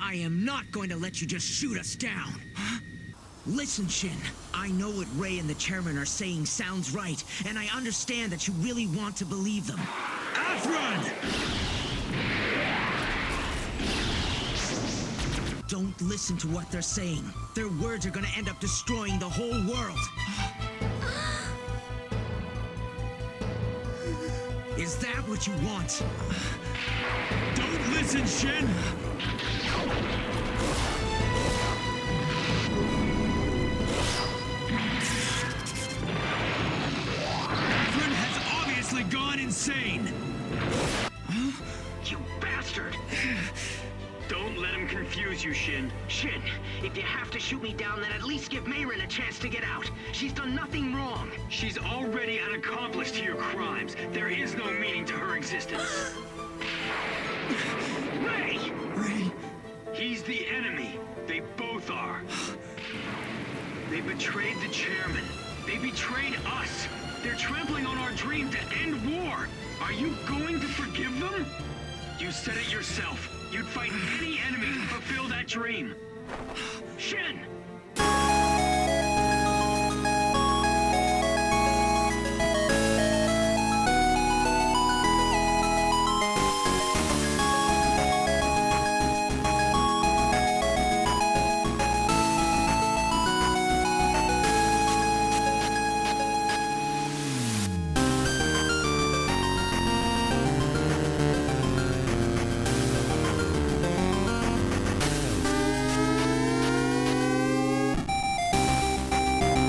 I am not going to let you just shoot us down. Listen, Shin, I know what Ray and the chairman are saying sounds right, and I understand that you really want to believe them. Afron! Don't listen to what they're saying. Their words are gonna end up destroying the whole world. Is that what you want? Don't listen, Shin! Afrin has obviously gone insane! You bastard! Don't let him confuse you, Shin. Shin, if you have to shoot me down, then at least give Mayrin a chance to get out. She's done nothing wrong. She's already an accomplice to your crimes. There is no meaning to her existence. Ray! Ray, He's the enemy. They both are. They betrayed the chairman. They betrayed us. They're trampling on our dream to end war. Are you going to forgive them? You said it yourself. You'd fight any enemy to fulfill that dream. Shin!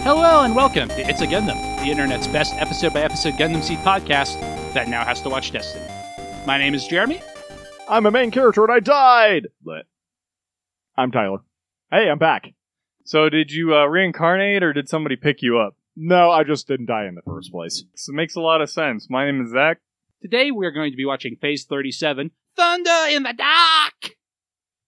Hello and welcome to It's a Gundam, the internet's best episode by episode Gundam Seed podcast that now has to watch Destiny. My name is Jeremy. I'm a main character and I died. But I'm Tyler. Hey, I'm back. So did you uh, reincarnate or did somebody pick you up? No, I just didn't die in the first place. This makes a lot of sense. My name is Zach. Today we are going to be watching Phase 37 Thunder in the Dark!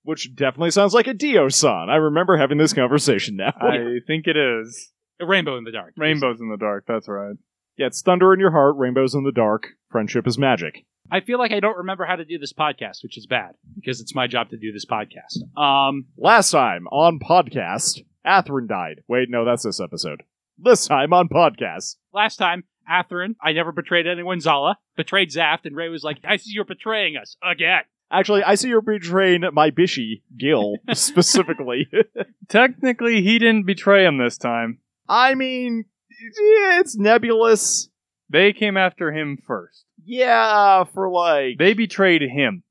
Which definitely sounds like a Dio song. I remember having this conversation now. I think it is. Uh, Rainbow in the Dark. Rainbows in the Dark, that's right. yeah, it's thunder in your heart, rainbows in the dark, friendship is magic. I feel like I don't remember how to do this podcast, which is bad because it's my job to do this podcast. Um, Last time on podcast, Athrun died. Wait, no, that's this episode. This time on podcast. last time, Atherin, I never betrayed anyone, Zala, betrayed Zaft, and Ray was like, I see you're betraying us again. Actually, I see you're betraying my Bishi, Gil, specifically. Technically, he didn't betray him this time. I mean, yeah, it's nebulous. They came after him first. Yeah, for like. They betrayed him.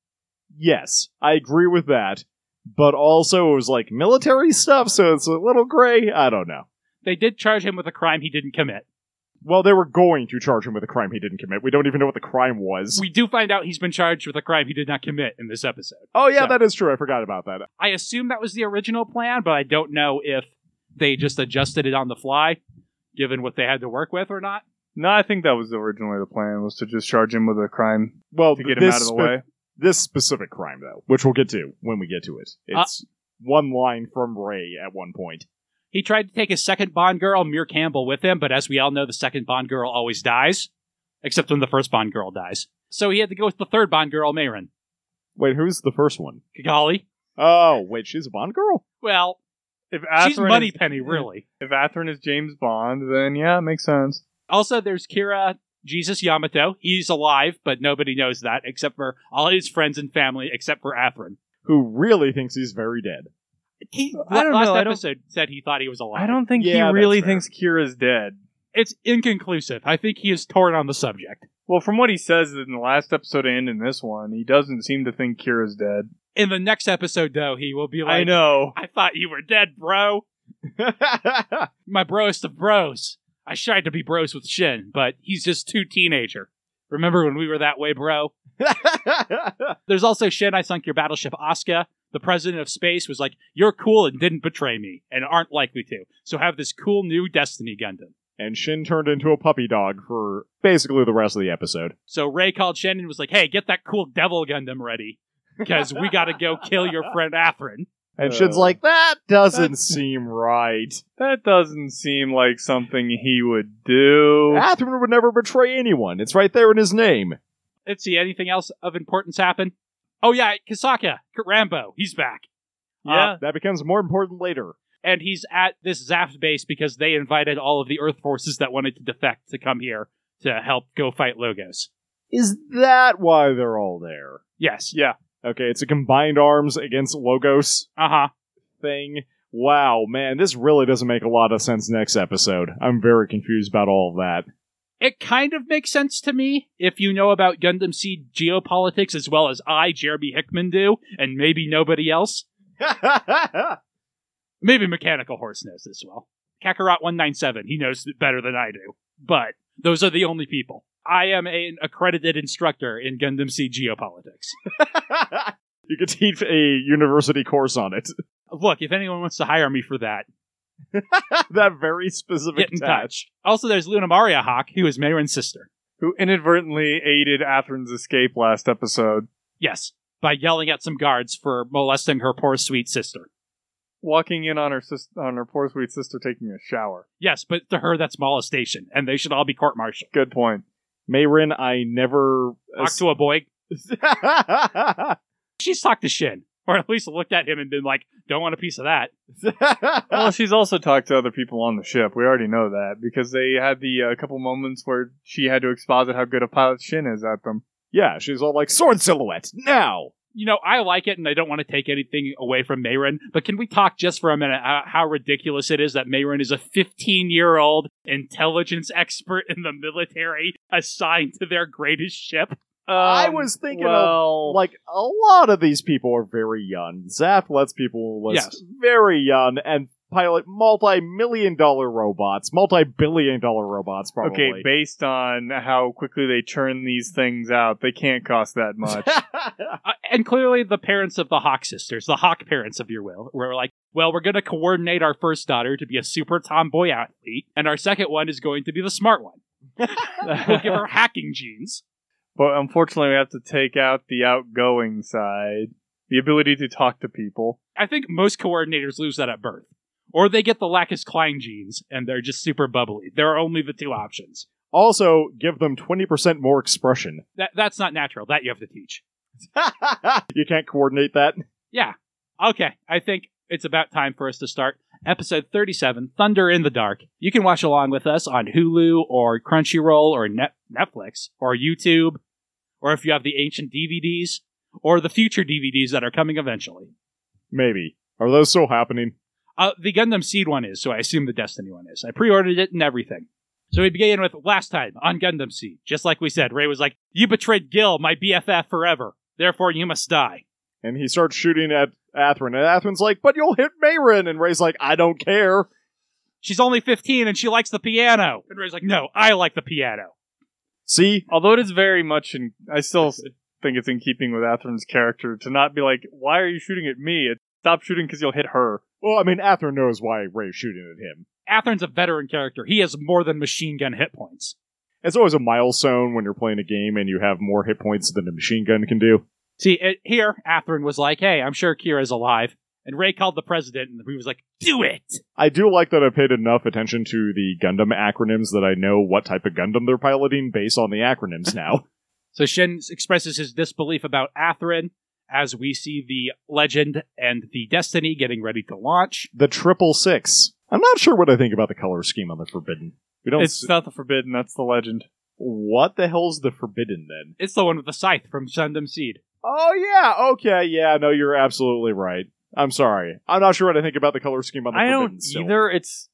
yes, I agree with that. But also, it was like military stuff, so it's a little gray. I don't know. They did charge him with a crime he didn't commit. Well, they were going to charge him with a crime he didn't commit. We don't even know what the crime was. We do find out he's been charged with a crime he did not commit in this episode. oh, yeah, So- that is true. I forgot about that. I assume that was the original plan, but I don't know if they just adjusted it on the fly, given what they had to work with or not. No, I think that was originally the plan, was to just charge him with a crime Well, to get him this out of the spe- way. This specific crime, though, which we'll get to when we get to it. Uh- It's one line from Ray at one point. He tried to take his second Bond girl, Mir Campbell, with him, but as we all know, the second Bond girl always dies, except when the first Bond girl dies. So he had to go with the third Bond girl, Mayrin. Wait, who's the first one? Kigali? Oh, wait, she's a Bond girl? Well, If she's Atherin is, Moneypenny, really. if Atherin is James Bond, then yeah, it makes sense. Also, there's Kira Jesus Yamato. He's alive, but nobody knows that, except for all his friends and family, except for Atherin. Who really thinks he's very dead. He, I don't last know, I don't- episode said he thought he was alive. I don't think Yeah, he that's really fair. thinks Kira's dead. It's inconclusive. I think he is torn on the subject. Well, from what he says in the last episode and in this one, he doesn't seem to think Kira's dead. In the next episode, though, he will be like, I know. I thought you were dead, bro. My broest of bros. I tried to be bros with Shin, but he's just too teenager. Remember when we were that way, bro? There's also Shin, I sunk your battleship Asuka. The president of space was like, You're cool and didn't betray me, and aren't likely to. So have this cool new Destiny Gundam. and Shin turned into a puppy dog for basically the rest of the episode. So Ray called Shen and was like, "Hey, get that cool Devil Gundam ready, because we gotta go kill your friend Atherin." And Uh, Shin's like, that doesn't seem right. That doesn't seem like something he would do. Atherin would never betray anyone. It's right there in his name. Let's see, anything else of importance happen? Oh yeah, Kasaka, Rambo, he's back. Yeah. Ah, that becomes more important later. and he's at this Zaft base because they invited all of the Earth forces that wanted to defect to come here to help go fight Logos. Is that why they're all there? Yes. Yeah. Okay, it's a combined arms against Logos Uh huh. thing. Wow, man, this really doesn't make a lot of sense next episode. I'm very confused about all of that. It kind of makes sense to me if you know about Gundam Seed geopolitics as well as I, Jeremy Hickman, do, and maybe nobody else. Maybe Mechanical Horse knows as well. Kakarot 197, he knows it better than I do. But those are the only people. I am an accredited instructor in Gundam Seed geopolitics. you could teach a university course on it. Look, if anyone wants to hire me for that, that very specific get in task. touch. Also, there's Luna Maria Hawk, who is Mayron's sister. Who inadvertently aided Atherin's escape last episode, Yes, by yelling at some guards for molesting her poor sweet sister. walking in on her sis- on her poor sweet sister taking a shower. Yes, but to her, that's molestation, and they should all be court martialed. Good point. Mayrin, I never. Talk to a boy. She's talked to Shin, or at least looked at him and been like, don't want a piece of that. well, she's also talked to other people on the ship. We already know that because they had the uh, couple moments where she had to exposit how good a pilot Shin is at them. yeah, she's all like, sword silhouette, now! You know, I like it, and I don't want to take anything away from Mayron, but can we talk just for a minute how, how ridiculous it is that Mayron is a 15 year old intelligence expert in the military assigned to their greatest ship? I Um, was thinking well, of, like, a lot of these people are very young. Zap lets people list Yes. very young and pilot multi million dollar robots, multi billion dollar robots, probably. okay, based on how quickly they churn these things out, they can't cost that much. Uh, and clearly the parents of the Hawk sisters, the Hawk parents, if you will, were like, well, we're going to coordinate our first daughter to be a super tomboy athlete, and our second one is going to be the smart one. We'll give her hacking genes. but unfortunately, we have to take out the outgoing side, the ability to talk to people. I think most coordinators lose that at birth. Or they get the Lacus Klein genes, and they're just super bubbly. There are only the two options. also, give them 20% more expression. That, that's not natural. That you have to teach. you can't coordinate that. Yeah. Okay. I think it's about time for us to start episode 37 Thunder in the Dark. You can watch along with us on Hulu or Crunchyroll or Net- Netflix or YouTube, or if you have the ancient DVDs or the future DVDs that are coming eventually. Maybe. Are those still happening? Uh, the Gundam Seed one is, so I assume the Destiny one is. I pre ordered it and everything. So we began with last time on Gundam Seed. Just like we said, Ray was like, You betrayed Gil, my BFF forever. Therefore, you must die. And he starts shooting at Atherin, and Atherin's like, but you'll hit Mayrin! And Ray's like, I don't care. She's only 15 and she likes the piano. And Ray's like, no, I like the piano. See? Although it is very much, in, I still think it's in keeping with Atherin's character to not be like, "Why are you shooting at me?" It, Stop shooting because you'll hit her. Well, I mean, Atherin knows why Ray's shooting at him. Atherin's a veteran character. He has more than machine gun hit points. It's always a milestone when you're playing a game and you have more hit points than a machine gun can do. See, it, here, Atherin was like, hey, I'm sure Kira's alive. And Ray called the president and he was like, do it. I do like that I paid enough attention to the Gundam acronyms that I know what type of Gundam they're piloting based on the acronyms now. So Shin expresses his disbelief about Atherin as we see the legend and the destiny getting ready to launch. the triple six. I'm not sure what I think about the color scheme on the Forbidden. We don't. It's s- not the forbidden; that's the legend. what the hell's the Forbidden then? It's the one with the scythe from Gundam Seed. Oh yeah, okay, yeah. No, you're absolutely right. I'm sorry. I'm not sure what I think about the color scheme on the I Forbidden. don't still. either. It's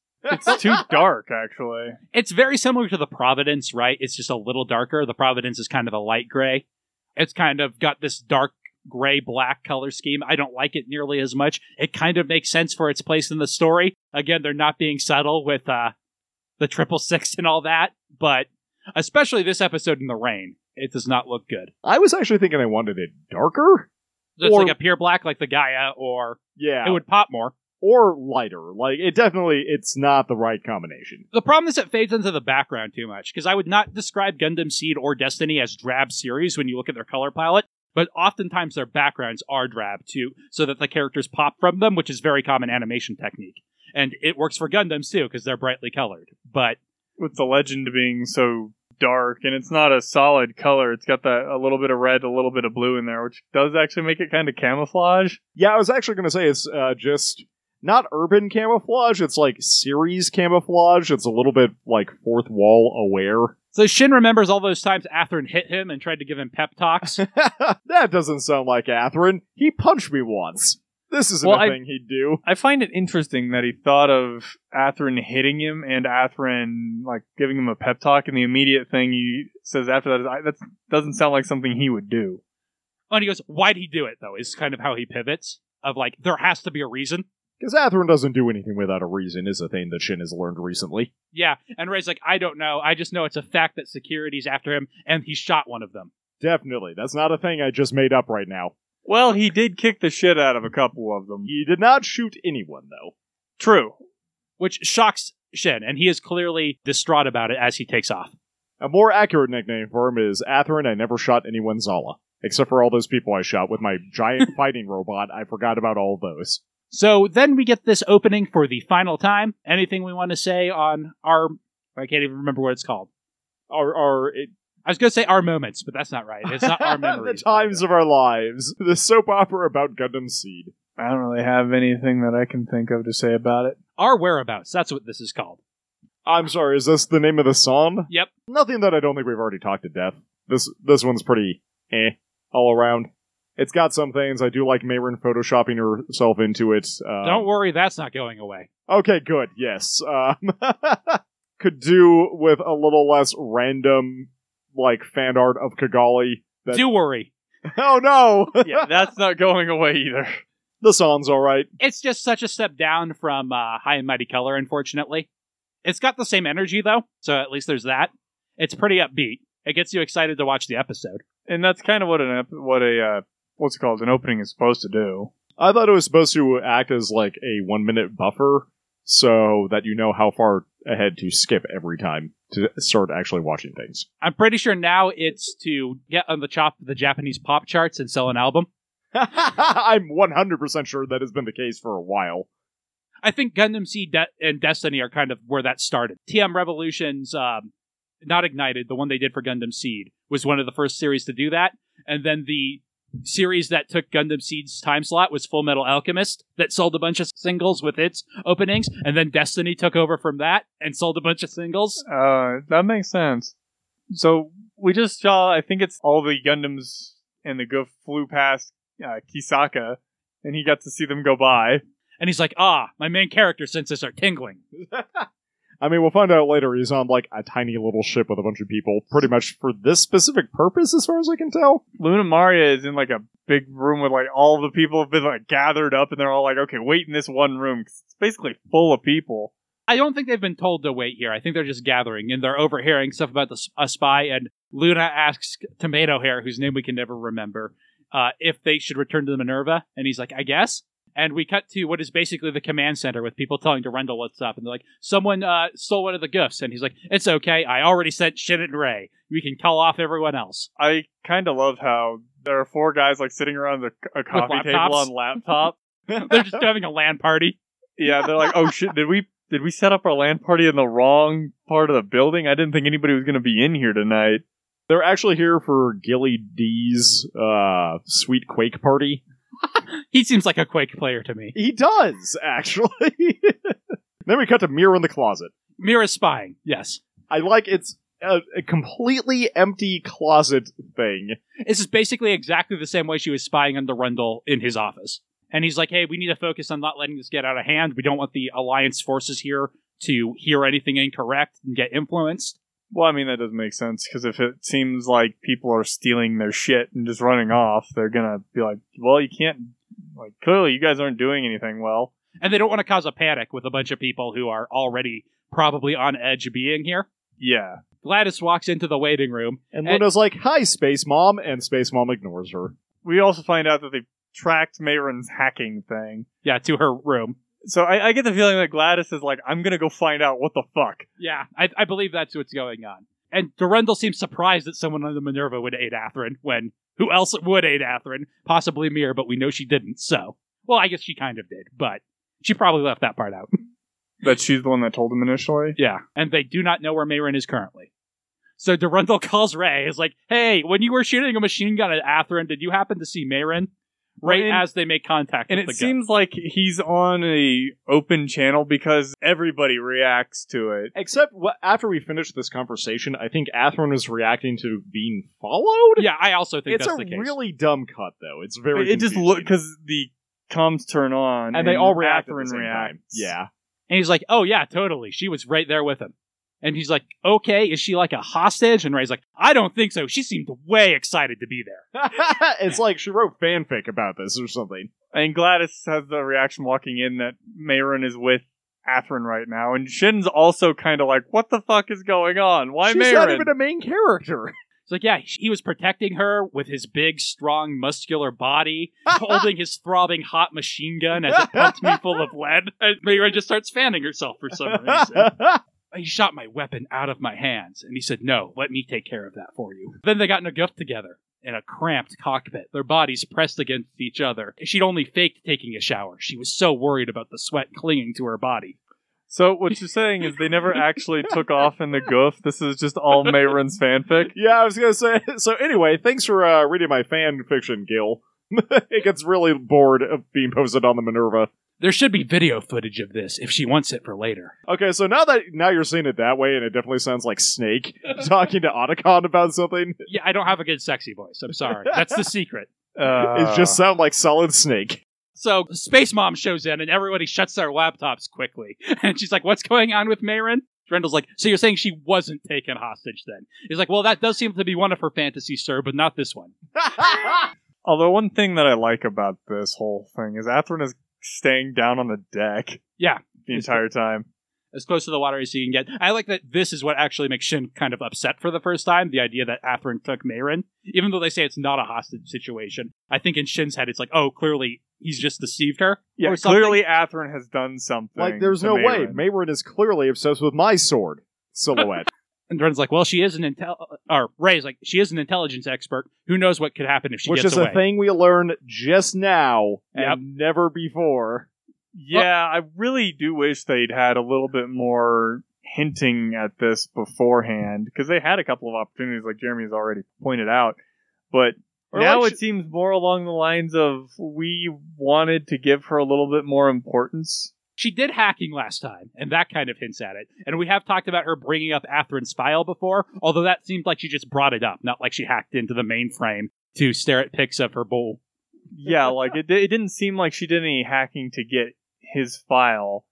it's too dark, actually. It's very similar to the Providence, right? It's just a little darker. The Providence is kind of a light gray. It's kind of got this dark gray black color scheme. I don't like it nearly as much. It kind of makes sense for its place in the story. Again, they're not being subtle with uh the triple six and all that, but especially this episode in the rain, it does not look good. I was actually thinking I wanted it darker. So It's Or- like a pure black like the Gaia or Yeah, it would pop more. or lighter. Like it definitely, it's not the right combination. The problem is it fades into the background too much because I would not describe Gundam Seed or Destiny as drab series when you look at their color palette, but oftentimes their backgrounds are drab too, so that the characters pop from them, which is very common animation technique. And it works for Gundams too because they're brightly colored. But with the legend being so dark and it's not a solid color. It's got that a little bit of red, a little bit of blue in there, which does actually make it kind of camouflage. Yeah, I was actually going to say it's uh, just not urban camouflage. It's like series camouflage. It's a little bit like fourth wall aware. So Shin remembers all those times Atherin hit him and tried to give him pep talks. Oh, that doesn't sound like Atherin. He punched me once. This isn't Well, a I- thing he'd do. I find it interesting that he thought of Atherin hitting him and Atherin like giving him a pep talk, and the immediate thing he says after that is, "I- "That doesn't sound like something he would do." and he goes, "Why'd he do it though?" Is kind of how he pivots. Of like, there has to be a reason. Because Atherin doesn't do anything without a reason, is a thing that Shin has learned recently. Yeah, and Ray's like, I don't know. I just know it's a fact that security's after him, and he shot one of them. Definitely. That's not a thing I just made up right now. Well, he did kick the shit out of a couple of them. He did not shoot anyone, though. True. which shocks Shen, and he is clearly distraught about it as he takes off. A more accurate nickname for him is Atherin, I never shot anyone Zala. Except for all those people I shot with my giant fighting robot, I forgot about all those. So then we get this opening for the final time. Anything we want to say on our. I can't even remember what it's called. Our, our it, I was going to say our moments, but that's not right. It's not our memories. the times of our lives. The soap opera about Gundam Seed. I don't really have anything that I can think of to say about it. Our whereabouts. That's what this is called. I'm sorry, is this the name of the song? Yep. Nothing that I don't think we've already talked to death. This this one's pretty eh all around. It's got some things. I do like Mayrin photoshopping herself into it. Um, Don't worry, that's not going away. Okay, good. Yes. Um, could do with a little less random, like fan art of Kigali. That- Do worry. oh no, Yeah, that's not going away either. the song's all right. It's just such a step down from uh, High and Mighty Color, unfortunately. It's got the same energy, though, so at least there's that. It's pretty upbeat. It gets you excited to watch the episode. And that's kind of what an ep- what a uh, what's it called an opening is supposed to do. I thought it was supposed to act as like a one minute buffer, so that you know how far ahead to skip every time to start actually watching things. I'm pretty sure now it's to get on the top of the Japanese pop charts and sell an album. I'm 100% sure that has been the case for a while. I think Gundam Seed De- and Destiny are kind of where that started. TM Revolutions, um, not Ignited, the one they did for Gundam Seed, was one of the first series to do that. And then the series that took Gundam Seed's time slot was Full Metal Alchemist, that sold a bunch of singles with its openings. And then Destiny took over from that and sold a bunch of singles. Uh, that makes sense. So we just saw, I think it's all the Gundams and the Goof flew past uh, Kisaka, and he got to see them go by. And he's like, ah, my main character senses are tingling. I mean, we'll find out later. He's on like a tiny little ship with a bunch of people, pretty much for this specific purpose, as far as I can tell. Luna Maria is in like a big room with like all the people have been like gathered up, and they're all like, okay, wait in this one room. 'cause it's basically full of people. I don't think they've been told to wait here. I think they're just gathering and they're overhearing stuff about the, s- a spy. And Luna asks Tomato Hair, whose name we can never remember, uh, if they should return to the Minerva. And he's like, I guess. And we cut to what is basically the command center with people telling Durendal what's up. And they're like, someone uh, stole one of the gifts. And he's like, it's okay. I already sent Shin and Ray. We can call off everyone else. I kind of love how there are four guys like sitting around the, a coffee table laptops. on laptop. They're just having a LAN party. Yeah, they're like, oh shit, did we did we set up our land party in the wrong part of the building? I didn't think anybody was going to be in here tonight. They're actually here for Gilly D's uh, sweet Quake party. He seems like a Quake player to me. He does, actually. then we cut to Mirror in the closet. Mira's spying. Yes. I like it's a, a completely empty closet thing. This is basically exactly the same way she was spying on the Rundle in his office. And he's like, hey, we need to focus on not letting this get out of hand. We don't want the Alliance forces here to hear anything incorrect and get influenced. Well, I mean that doesn't make sense because if it seems like people are stealing their shit and just running off, they're gonna be like, well, you can't. Like clearly, you guys aren't doing anything well. And they don't want to cause a panic with a bunch of people who are already probably on edge being here. Yeah, Gladys walks into the waiting room. And And- Luna's like, Hi, Space Mom, and Space Mom ignores her. we also find out that they tracked Mayron's hacking thing. Yeah, to her room. So I, I get the feeling that Gladys is like, I'm gonna go find out what the fuck. Yeah, I, I believe that's what's going on. And Durendal seems surprised that someone on the Minerva would aid Atherin when who else would aid Atherin? Possibly Mir, but we know she didn't, so. Well, I guess she kind of did, but she probably left that part out. That she's the one that told him initially. yeah. And they do not know where Mayrin is currently. So Durandal calls Ray. Is like, hey, when you were shooting a machine gun at Atherin, did you happen to see Marin? Well, Right and- as they make contact And with it the gun. seems like he's on a open channel because everybody reacts to it. Except wha- after we finished this conversation, I think Atherin is reacting to being followed. yeah, I also think it's that's a the case. really dumb cut, though. It's very. it just confusing. look because the comms turn on and they all react at Catherine the same time. reacts. Yeah, And he's like, oh, yeah, totally. She was right there with him. And he's like, okay, is she like a hostage? And Ray's like, I don't think so. She seemed way excited to be there. it's like she wrote fanfic about this or something. And Gladys has the reaction walking in that Mayron is with Atherin right now, and Shin's also kind of like, "What the fuck is going on? Why She's Mayron?" not even a main character. It's like, yeah, he was protecting her with his big, strong, muscular body, holding his throbbing hot machine gun as it pumped me full of lead. And Mayra just starts fanning herself for some reason. He shot my weapon out of my hands. And he said, no, let me take care of that for you. Then they got in a guff together in a cramped cockpit, their bodies pressed against each other. She'd only faked taking a shower. She was so worried about the sweat clinging to her body. So what you're saying is they never actually took off in the goof. This is just all Mayron's fanfic. yeah, I was gonna say. So anyway, thanks for uh, reading my fan fiction, Gil. it gets really bored of being posted on the Minerva. There should be video footage of this if she wants it for later. Okay, so now that now you're seeing it that way, and it definitely sounds like Snake talking to Otacon about something. Yeah, I don't have a good sexy voice. I'm sorry. That's the secret. Uh, it just sound like Solid Snake. So Space Mom shows in and everybody shuts their laptops quickly. And she's like, What's going on with Marin? Drendel's like, So you're saying she wasn't taken hostage then? He's like, Well, that does seem to be one of her fantasies, sir, but not this one. Although one thing that I like about this whole thing is Atherin is staying down on the deck. Yeah. The entire time. As close to the water as you can get. I like that this is what actually makes Shin kind of upset for the first time, the idea that Atherin took Marin. Even though they say it's not a hostage situation, I think in Shin's head it's like, oh, clearly he's just deceived her. Yeah, or something. clearly Atherin has done something. like, there's to no way. Mayron. Mayron is clearly obsessed with my sword silhouette. And Dren's like, well, she is an intel, or Ray's like, she is an intelligence expert. Who knows what could happen if she which gets is away? a thing we learned just now Yep. and never before. Yeah, I really do wish they'd had a little bit more hinting at this beforehand because they had a couple of opportunities, like Jeremy has already pointed out. But Or now like it seems more along the lines of we wanted to give her a little bit more importance. She did hacking last time, and that kind of hints at it. And we have talked about her bringing up Atherin's file before, although that seemed like she just brought it up, not like she hacked into the mainframe to stare at pics of her bowl. Yeah, like it, di- it didn't seem like she did any hacking to get his file.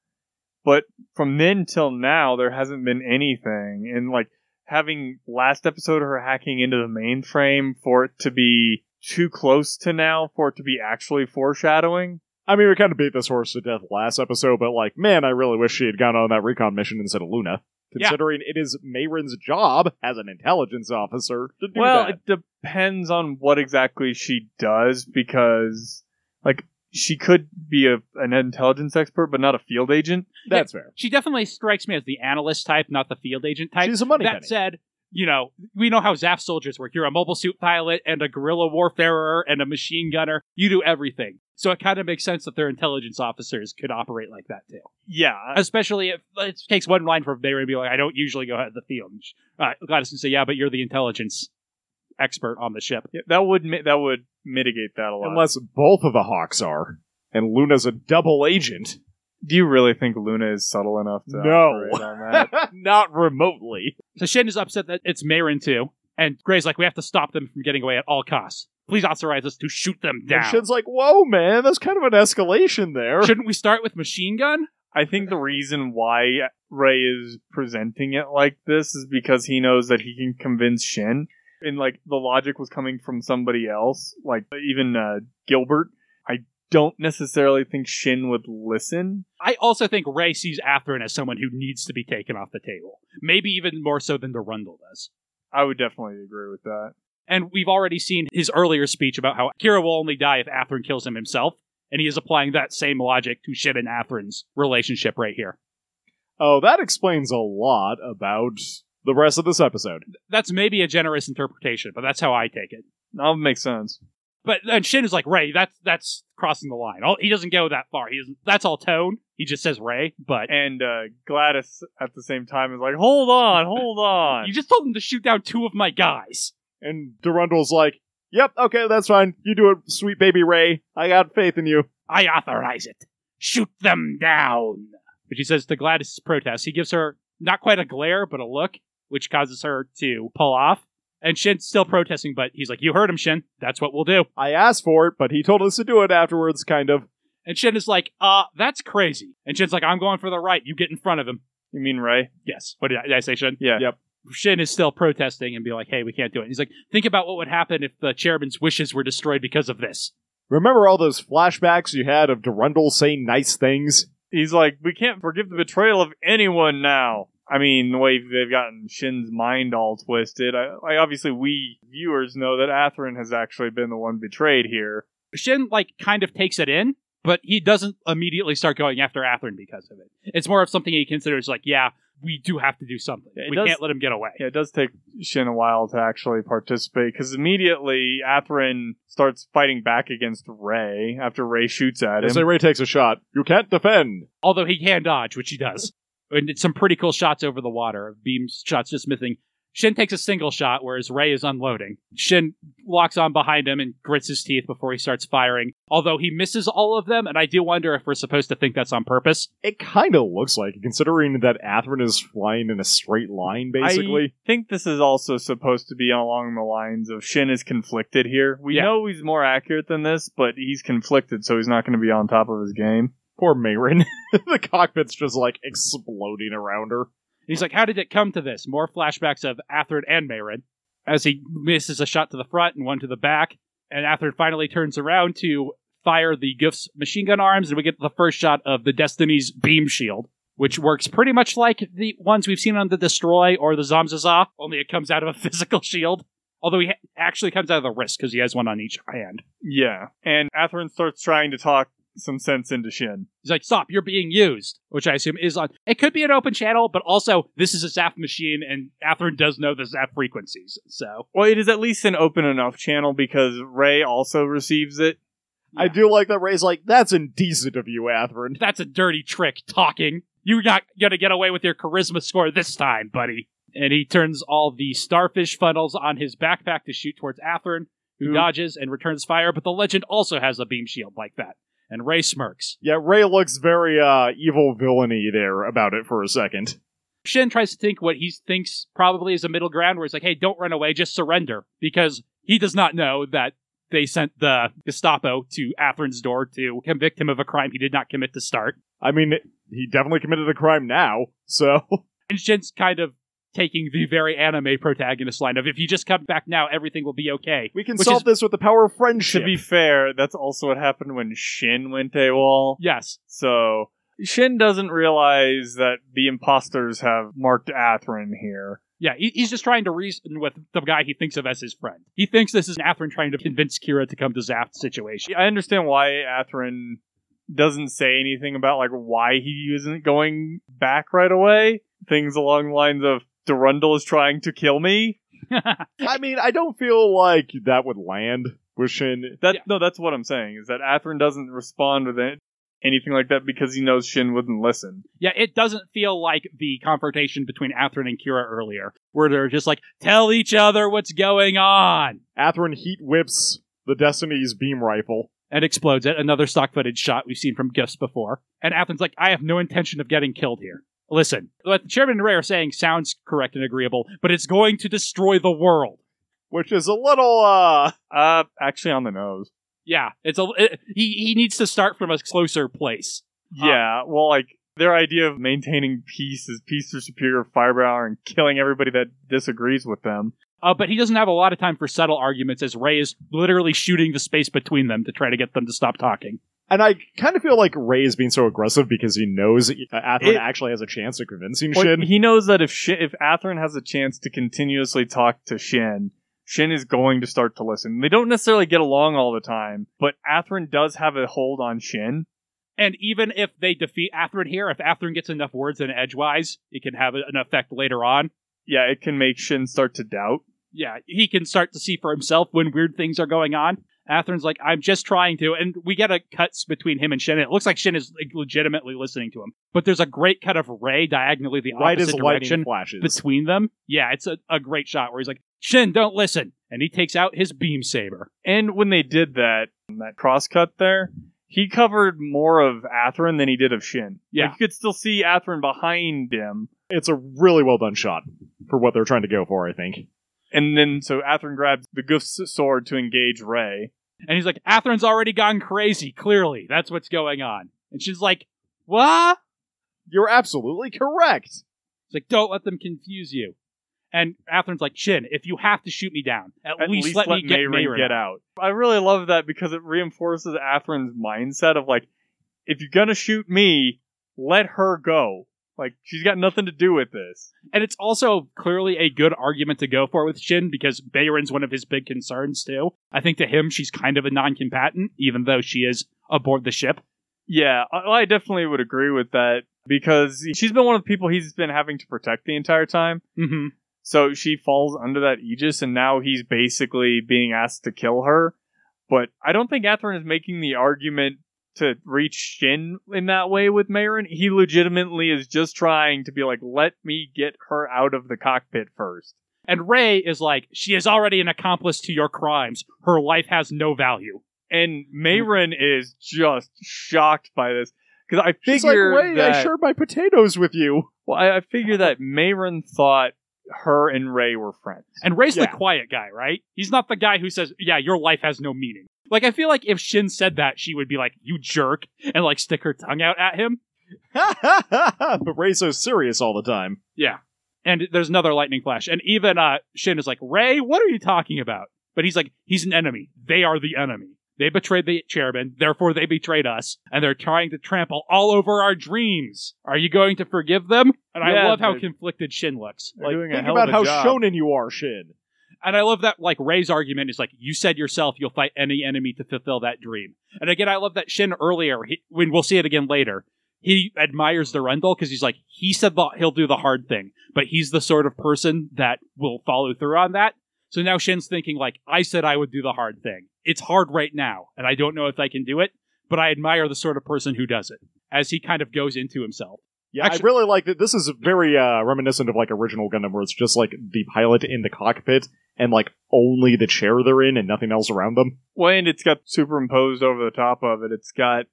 But from then till now, there hasn't been anything. And like having last episode, her hacking into the mainframe for it to be too close to now for it to be actually foreshadowing. I mean, we kind of beat this horse to death last episode, but like, man, I really wish she had gone on that recon mission instead of Luna. Yeah. Considering it is Mayron's job as an intelligence officer to do well, that. it depends on what exactly she does because, like, she could be a, an intelligence expert, but not a field agent. That's fair. She definitely strikes me as the analyst type, not the field agent type. She's a money that penny. said, you know, we know how ZAF soldiers work. You're a mobile suit pilot and a guerrilla warfarer and a machine gunner. You do everything. So it kind of makes sense that their intelligence officers could operate like that too. Yeah, especially if it takes one line from Bayer and be like, I don't usually go out of the field. And sh- Uh, Gladys can say, Yeah, but you're the intelligence expert on the ship. yeah, that would mi- that would mitigate that a lot. Unless both of the Hawks are. And Luna's a double agent. Do you really think Luna is subtle enough to No. operate on that? Not remotely. So Shin is upset that it's Marin too. And Gray's like, We have to stop them from getting away at all costs. Please authorize us to shoot them And down. Shin's like, whoa, man, that's kind of an escalation there. Shouldn't we start with machine gun? I think the reason why Ray is presenting it like this is because he knows that he can convince Shin, and like the logic was coming from somebody else, like even uh, Gilbert. I don't necessarily think Shin would listen. I also think Ray sees Atherin as someone who needs to be taken off the table. Maybe even more so than Durundle does. I would definitely agree with that. And we've already seen his earlier speech about how Kira will only die if Atherin kills him himself. And he is applying that same logic to Shin and Atherin's relationship right here. Oh, that explains a lot about the rest of this episode. That's maybe a generous interpretation, but that's how I take it. That would make sense. But and Shin is like Ray. That's that's crossing the line. All, he doesn't go that far. He doesn't. That's all tone. He just says Ray. But And uh, Gladys at the same time is like, hold on, hold on. you just told him to shoot down two of my guys. And Durundel's like, "Yep, okay, that's fine. You do it, sweet baby Ray. I got faith in you." I authorize it. Shoot them down. But she says to Gladys' protest, he gives her not quite a glare, but a look, which causes her to pull off. And Shin's still protesting, but he's like, You heard him, Shin. That's what we'll do. I asked for it, but he told us to do it afterwards, kind of. And Shin is like, Uh, that's crazy. And Shin's like, I'm going for the right. You get in front of him. You mean Ray? Yes. What did I, did I say, Shin? Yeah. Yeah. Shin is still protesting and be like, Hey, we can't do it. And he's like, Think about what would happen if the chairman's wishes were destroyed because of this. Remember all those flashbacks you had of Durundal saying nice things? He's like, we can't forgive the betrayal of anyone now. I mean, the way they've gotten Shin's mind all twisted. I, I obviously we viewers know that Atherin has actually been the one betrayed here. Shin like kind of takes it in, but he doesn't immediately start going after Atherin because of it. It's more of something he considers like, yeah, we do have to do something. Yeah, it we does- can't let him get away. Yeah, it does take Shin a while to actually participate because immediately Atherin starts fighting back against Ray after Ray shoots at They him. say Ray takes a shot. You can't defend. Although he can dodge, which he does. and it's some pretty cool shots over the water. Beam shots just missing. Shin takes a single shot, whereas Ray is unloading. Shin walks on behind him and grits his teeth before he starts firing. Although he misses all of them, and I do wonder if we're supposed to think that's on purpose. It kind of looks like, it, considering that Atherin is flying in a straight line, basically. I think this is also supposed to be along the lines of Shin is conflicted here. We Yeah. know he's more accurate than this, but he's conflicted, so he's not going to be on top of his game. Poor Mayrin. the cockpit's just like exploding around her. And He's like, How did it come to this? More flashbacks of Atherin and Mayrin as he misses a shot to the front and one to the back. And Atherin finally turns around to fire the Gif's machine gun arms, and we get the first shot of the Destiny's beam shield, which works pretty much like the ones we've seen on the Destroy or the Zamzaza, only it comes out of a physical shield. Although he ha- actually comes out of the wrist because he has one on each hand. Yeah. And Atherin starts trying to talk some sense into Shin. He's like, "Stop! You're being used," which I assume is on. It could be an open channel, but also this is a Zap machine, and Atherin does know the Zap frequencies, so Well, it is at least an open enough channel because Ray also receives it. I do like that Ray's like, that's indecent of you, Atherin. That's a dirty trick, talking. You're not going to get away with your charisma score this time, buddy. And he turns all the starfish funnels on his backpack to shoot towards Atherin, who Who- dodges and returns fire, but the legend also has a beam shield like that. And Ray smirks. Yeah, Ray looks very uh, evil villainy there about it for a second. Shin tries to think what he thinks probably is a middle ground where he's like, hey, don't run away, just surrender. Because he does not know that they sent the Gestapo to Atherin's door to convict him of a crime he did not commit to start. I mean, he definitely committed a crime now, so and Shin's kind of taking the very anime protagonist line of if you just come back now, everything will be okay. we can Which solve is- this with the power of friendship. To be fair, that's also what happened when Shin went AWOL. Yes. So Shin doesn't realize that the imposters have marked Atherin here. Yeah, he- he's just trying to reason with the guy he thinks of as his friend. He thinks this is Atherin trying to convince Kira to come to Zaft situation. I understand why Atherin doesn't say anything about like why he isn't going back right away. Things along the lines of Durundal is trying to kill me. I mean, I don't feel like that would land with Shin. That Yeah. no, that's what I'm saying is that Atherin doesn't respond with it, anything like that because he knows Shin wouldn't listen. Yeah, it doesn't feel like the confrontation between Atherin and Kira earlier, where they're just like, tell each other what's going on, Atherin heat whips the Destiny's beam rifle. and explodes it. Another stock footage shot we've seen from Gifts before. And Atherin's like, I have no intention of getting killed here. Listen, what the chairman and Ray are saying sounds correct and agreeable, but it's going to destroy the world. Which is a little, uh. Uh, actually on the nose. Yeah, it's a it, he he needs to start from a closer place. Yeah, well, like their idea of maintaining peace is peace through superior firepower and killing everybody that disagrees with them. Uh, but he doesn't have a lot of time for subtle arguments as Ray is literally shooting the space between them to try to get them to stop talking. And I kind of feel like Ray is being so aggressive because he knows uh, Atherin It- actually has a chance of convincing Well, Shin. he knows that if Shin, if Atherin has a chance to continuously talk to Shin, Shin is going to start to listen. They don't necessarily get along all the time, but Atherin does have a hold on Shin. And even if they defeat Atherin here, if Atherin gets enough words in edgewise, it can have an effect later on. Yeah, it can make Shin start to doubt. yeah, he can start to see for himself when weird things are going on. Atherin's like, I'm just trying to. And we get a cuts between him and Shin. and It looks like Shin is like, legitimately listening to him. But there's a great cut of Ray diagonally the right as opposite lightning direction flashes. between them. Yeah, it's a, a great shot where he's like, Shin, don't listen. And he takes out his beam saber. And when they did that, that crosscut there, he covered more of Atherin than he did of Shin. Yeah. Like, you could still see Atherin behind him. it's a really well done shot for what they're trying to go for, I think. And then, so Atherin grabs the Goof's sword to engage Ray. And he's like, Atherin's already gone crazy, clearly. That's what's going on. And she's like, What? You're absolutely correct. It's like, don't let them confuse you. And Atherin's like, Shin, if you have to shoot me down, at, At least, let, me get Mehran Mehran get out. I really love that because it reinforces Atherin's mindset of like, if you're gonna shoot me, let her go. Like, she's got nothing to do with this. And it's also clearly a good argument to go for with Shin because Bayron's one of his big concerns too. I think to him she's kind of a non-combatant, even though she is aboard the ship. Yeah, I, I definitely would agree with that because she's been one of the people he's been having to protect the entire time. Mm-hmm. So she falls under that aegis, and now he's basically being asked to kill her. But I don't think Atherin is making the argument to reach Shin in that way with Marin. He legitimately is just trying to be like, let me get her out of the cockpit first. And Ray is like, she is already an accomplice to your crimes. Her life has no value. And Marin is just shocked by this. Because I She's figure like, wait, I that, shared my potatoes with you. well, I, I figure that Marin thought her and Ray were friends. And Ray's Yeah. the quiet guy, right? He's not the guy who says, "Yeah, your life has no meaning." Like I feel like if Shin said that, she would be like, "You jerk," and like stick her tongue out at him. but Ray's so serious all the time. And there's another lightning flash. And even uh, Shin is like, Ray, what are you talking about? But he's like, he's an enemy. They are the enemy. They betrayed the chairman, therefore they betrayed us, and they're trying to trample all over our dreams. Are you going to forgive them? And I Yeah, love how they- conflicted Shin looks. They're like, doing a think hell about of a how job. shonen you are, Shin. And I love that, like, Ray's argument is like, you said yourself you'll fight any enemy to fulfill that dream. And again, I love that Shin earlier, he, when we'll see it again later, he admires the Rendell because he's like, he said that he'll do the hard thing, but he's the sort of person that will follow through on that. So now Shin's thinking, like, I said I would do the hard thing. It's hard right now, and I don't know if I can do it, but I admire the sort of person who does it as he kind of goes into himself. Yeah, Actu- I really like that. This is very uh, reminiscent of like original Gundam, where it's just like the pilot in the cockpit and like only the chair they're in and nothing else around them. Well, and it's got superimposed over the top of it. It's got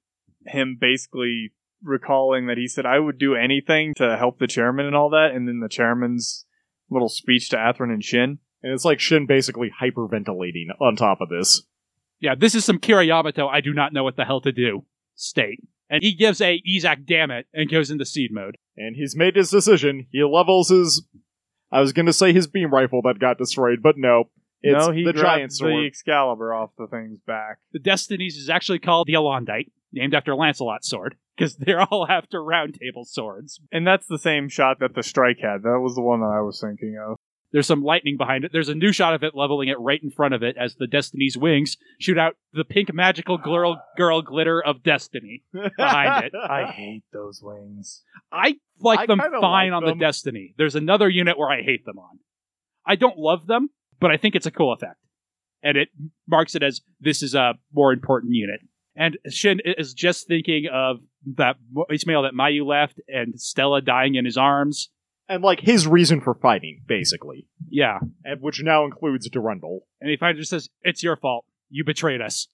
him basically recalling that he said, I would do anything to help the chairman and all that. And then the chairman's little speech to Atherin and Shin. And it's like Shin basically hyperventilating on top of this. Yeah, this is some Kiriyamato, I do not know what the hell to do state. And he gives a Izak damn it and goes into seed mode. And he's made his decision. He levels his. I was going to say his beam rifle that got destroyed, but no. It's no, he the grabbed giant the sword. Excalibur off the thing's back. The Destinies is actually called the Elondite, named after Lancelot's sword, because they're all after round table swords. And that's the same shot that the strike had. That was the one that I was thinking of. There's some lightning behind it. There's a new shot of it leveling it right in front of it as the Destiny's wings shoot out the pink magical girl, girl glitter of Destiny behind it. I hate those wings. I like I them kinda fine like on them. the Destiny. There's another unit where I hate them on. I don't love them, but I think it's a cool effect. And it marks it as this is a more important unit. And Shin is just thinking of that voicemail that Mayu left and Stella dying in his arms. and like his reason for fighting, basically, Yeah. and which now includes Durendal. And he finally just says, It's your fault. You betrayed us.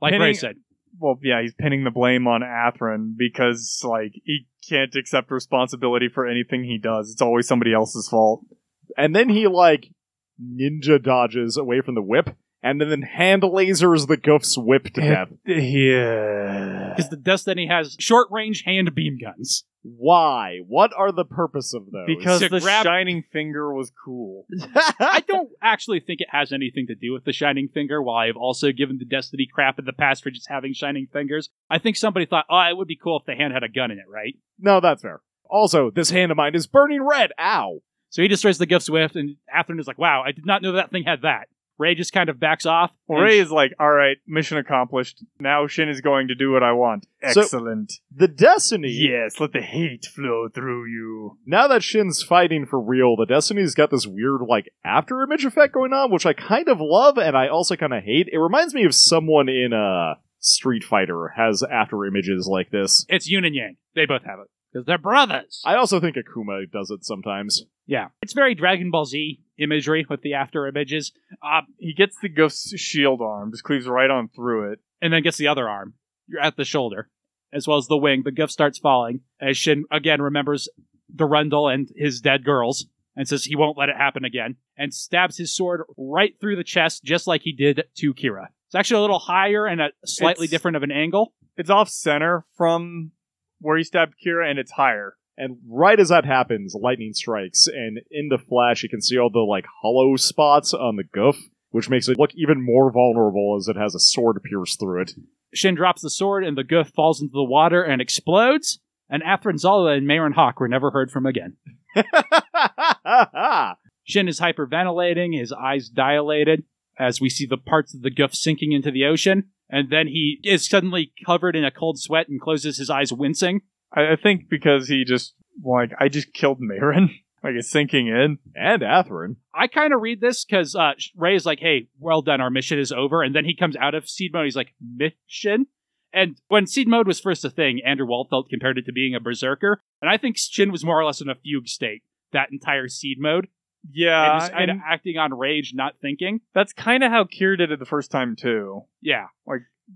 Like Hitting- Ray said. Well, yeah, he's pinning the blame on Atherin because, like, he can't accept responsibility for anything he does. It's always somebody else's fault. And then he like ninja dodges away from the whip, and then hand lasers the goof's whip to Yeah. death. Yeah. Because the Destiny has short range hand beam guns. Why? What are the purpose of those? Because So the grab- shining finger was cool. I don't actually think it has anything to do with the Shining Finger. While I've also given the Destiny crap in the past for just having Shining Fingers, I think somebody thought, oh, it would be cool if the hand had a gun in it, right? no, that's fair. Also, this hand of mine is burning red. Ow! So he destroys the Gift Swift, and Atherin is like, wow, I did not know that thing had that. Ray just kind of backs off. and Ray is like, all right, mission accomplished. Now Shin is going to do what I want. So- Excellent. The Destiny. yes, let the hate flow through you. Now that Shin's fighting for real, the Destiny's got this weird, like, after image effect going on, which I kind of love and I also kind of hate. It reminds me of someone in uh, Street Fighter has after images like this. It's Yun and Yang. They both have it because they're brothers. I also think Akuma does it sometimes. yeah, it's very Dragon Ball Z imagery with the after images, uh, Ah, He gets the ghost's shield arm, just cleaves right on through it. and then gets the other arm. You're at the shoulder, as well as the wing. The gif starts falling as Shin again remembers Durendal and his dead girls, and says he won't let it happen again, and stabs his sword right through the chest, just like he did to Kira. It's actually a little higher and a slightly It's- different of an angle. It's off center from where he stabbed Kira, and it's higher. And right as that happens, lightning strikes, and in the flash, you can see all the, like, hollow spots on the goof, which makes it look even more vulnerable as it has a sword pierced through it. Shin drops the sword, and the goof falls into the water and explodes. And Afrin Zala and Marin Hawk were never heard from again. Shin is hyperventilating, his eyes dilated as we see the parts of the goof sinking into the ocean. And then he is suddenly covered in a cold sweat and closes his eyes, wincing. I, I think because he just, like, I just killed Marin. Like, it's sinking in. and Atherin. I kind of read this because uh, Ray is like, hey, well done, our mission is over. And then he comes out of seed mode. He's like, mission? And when seed mode was first a thing, Andrew Walfelt compared it to being a berserker. And I think Shin was more or less in a fugue state that entire seed mode. Yeah, and just kind of Uh, and acting on rage, not thinking. that's kind of how Kira did it the first time, too. Yeah.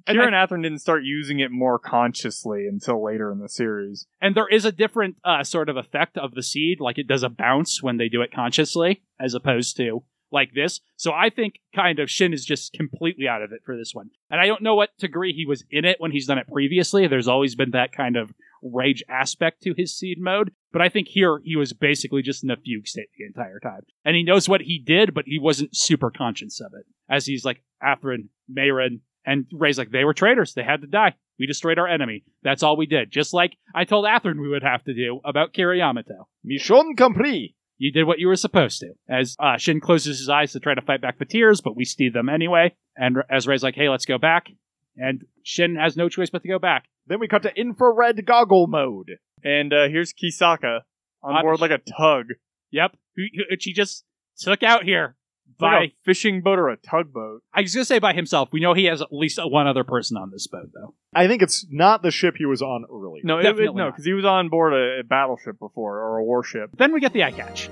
And Kira and Atherin didn't start using it more consciously until later in the series. And there is a different uh, sort of effect of the seed, like it does a bounce when they do it consciously, as opposed to like this. So I think kind of Shin is just completely out of it for this one. And I don't know what degree he was in it when he's done it previously. There's always been that kind of rage aspect to his seed mode. But I think here he was basically just in a fugue state the entire time. And he knows what he did, but he wasn't super conscious of it. As he's like, Atherin, Mayrin, and Ray's like, they were traitors. They had to die. We destroyed our enemy. That's all we did. Just like I told Atherin we would have to do about Kira Yamato. Mission complete! You did what you were supposed to. As uh, Shin closes his eyes to try to fight back the tears, but we see them anyway. And as Ray's like, hey, let's go back. And Shin has no choice but to go back. Then we cut to infrared goggle mode. And uh, here's Kisaka on On- board like a tug, Yep. Who- who- Which he just took out here by by, a fishing boat or a tugboat. I was going to say by himself. We know he has at least one other person on this boat, though. I think it's not the ship he was on earlier. No, it, Definitely it- no, not. because he was on board a, a battleship before or a warship. Then we get the eye catch.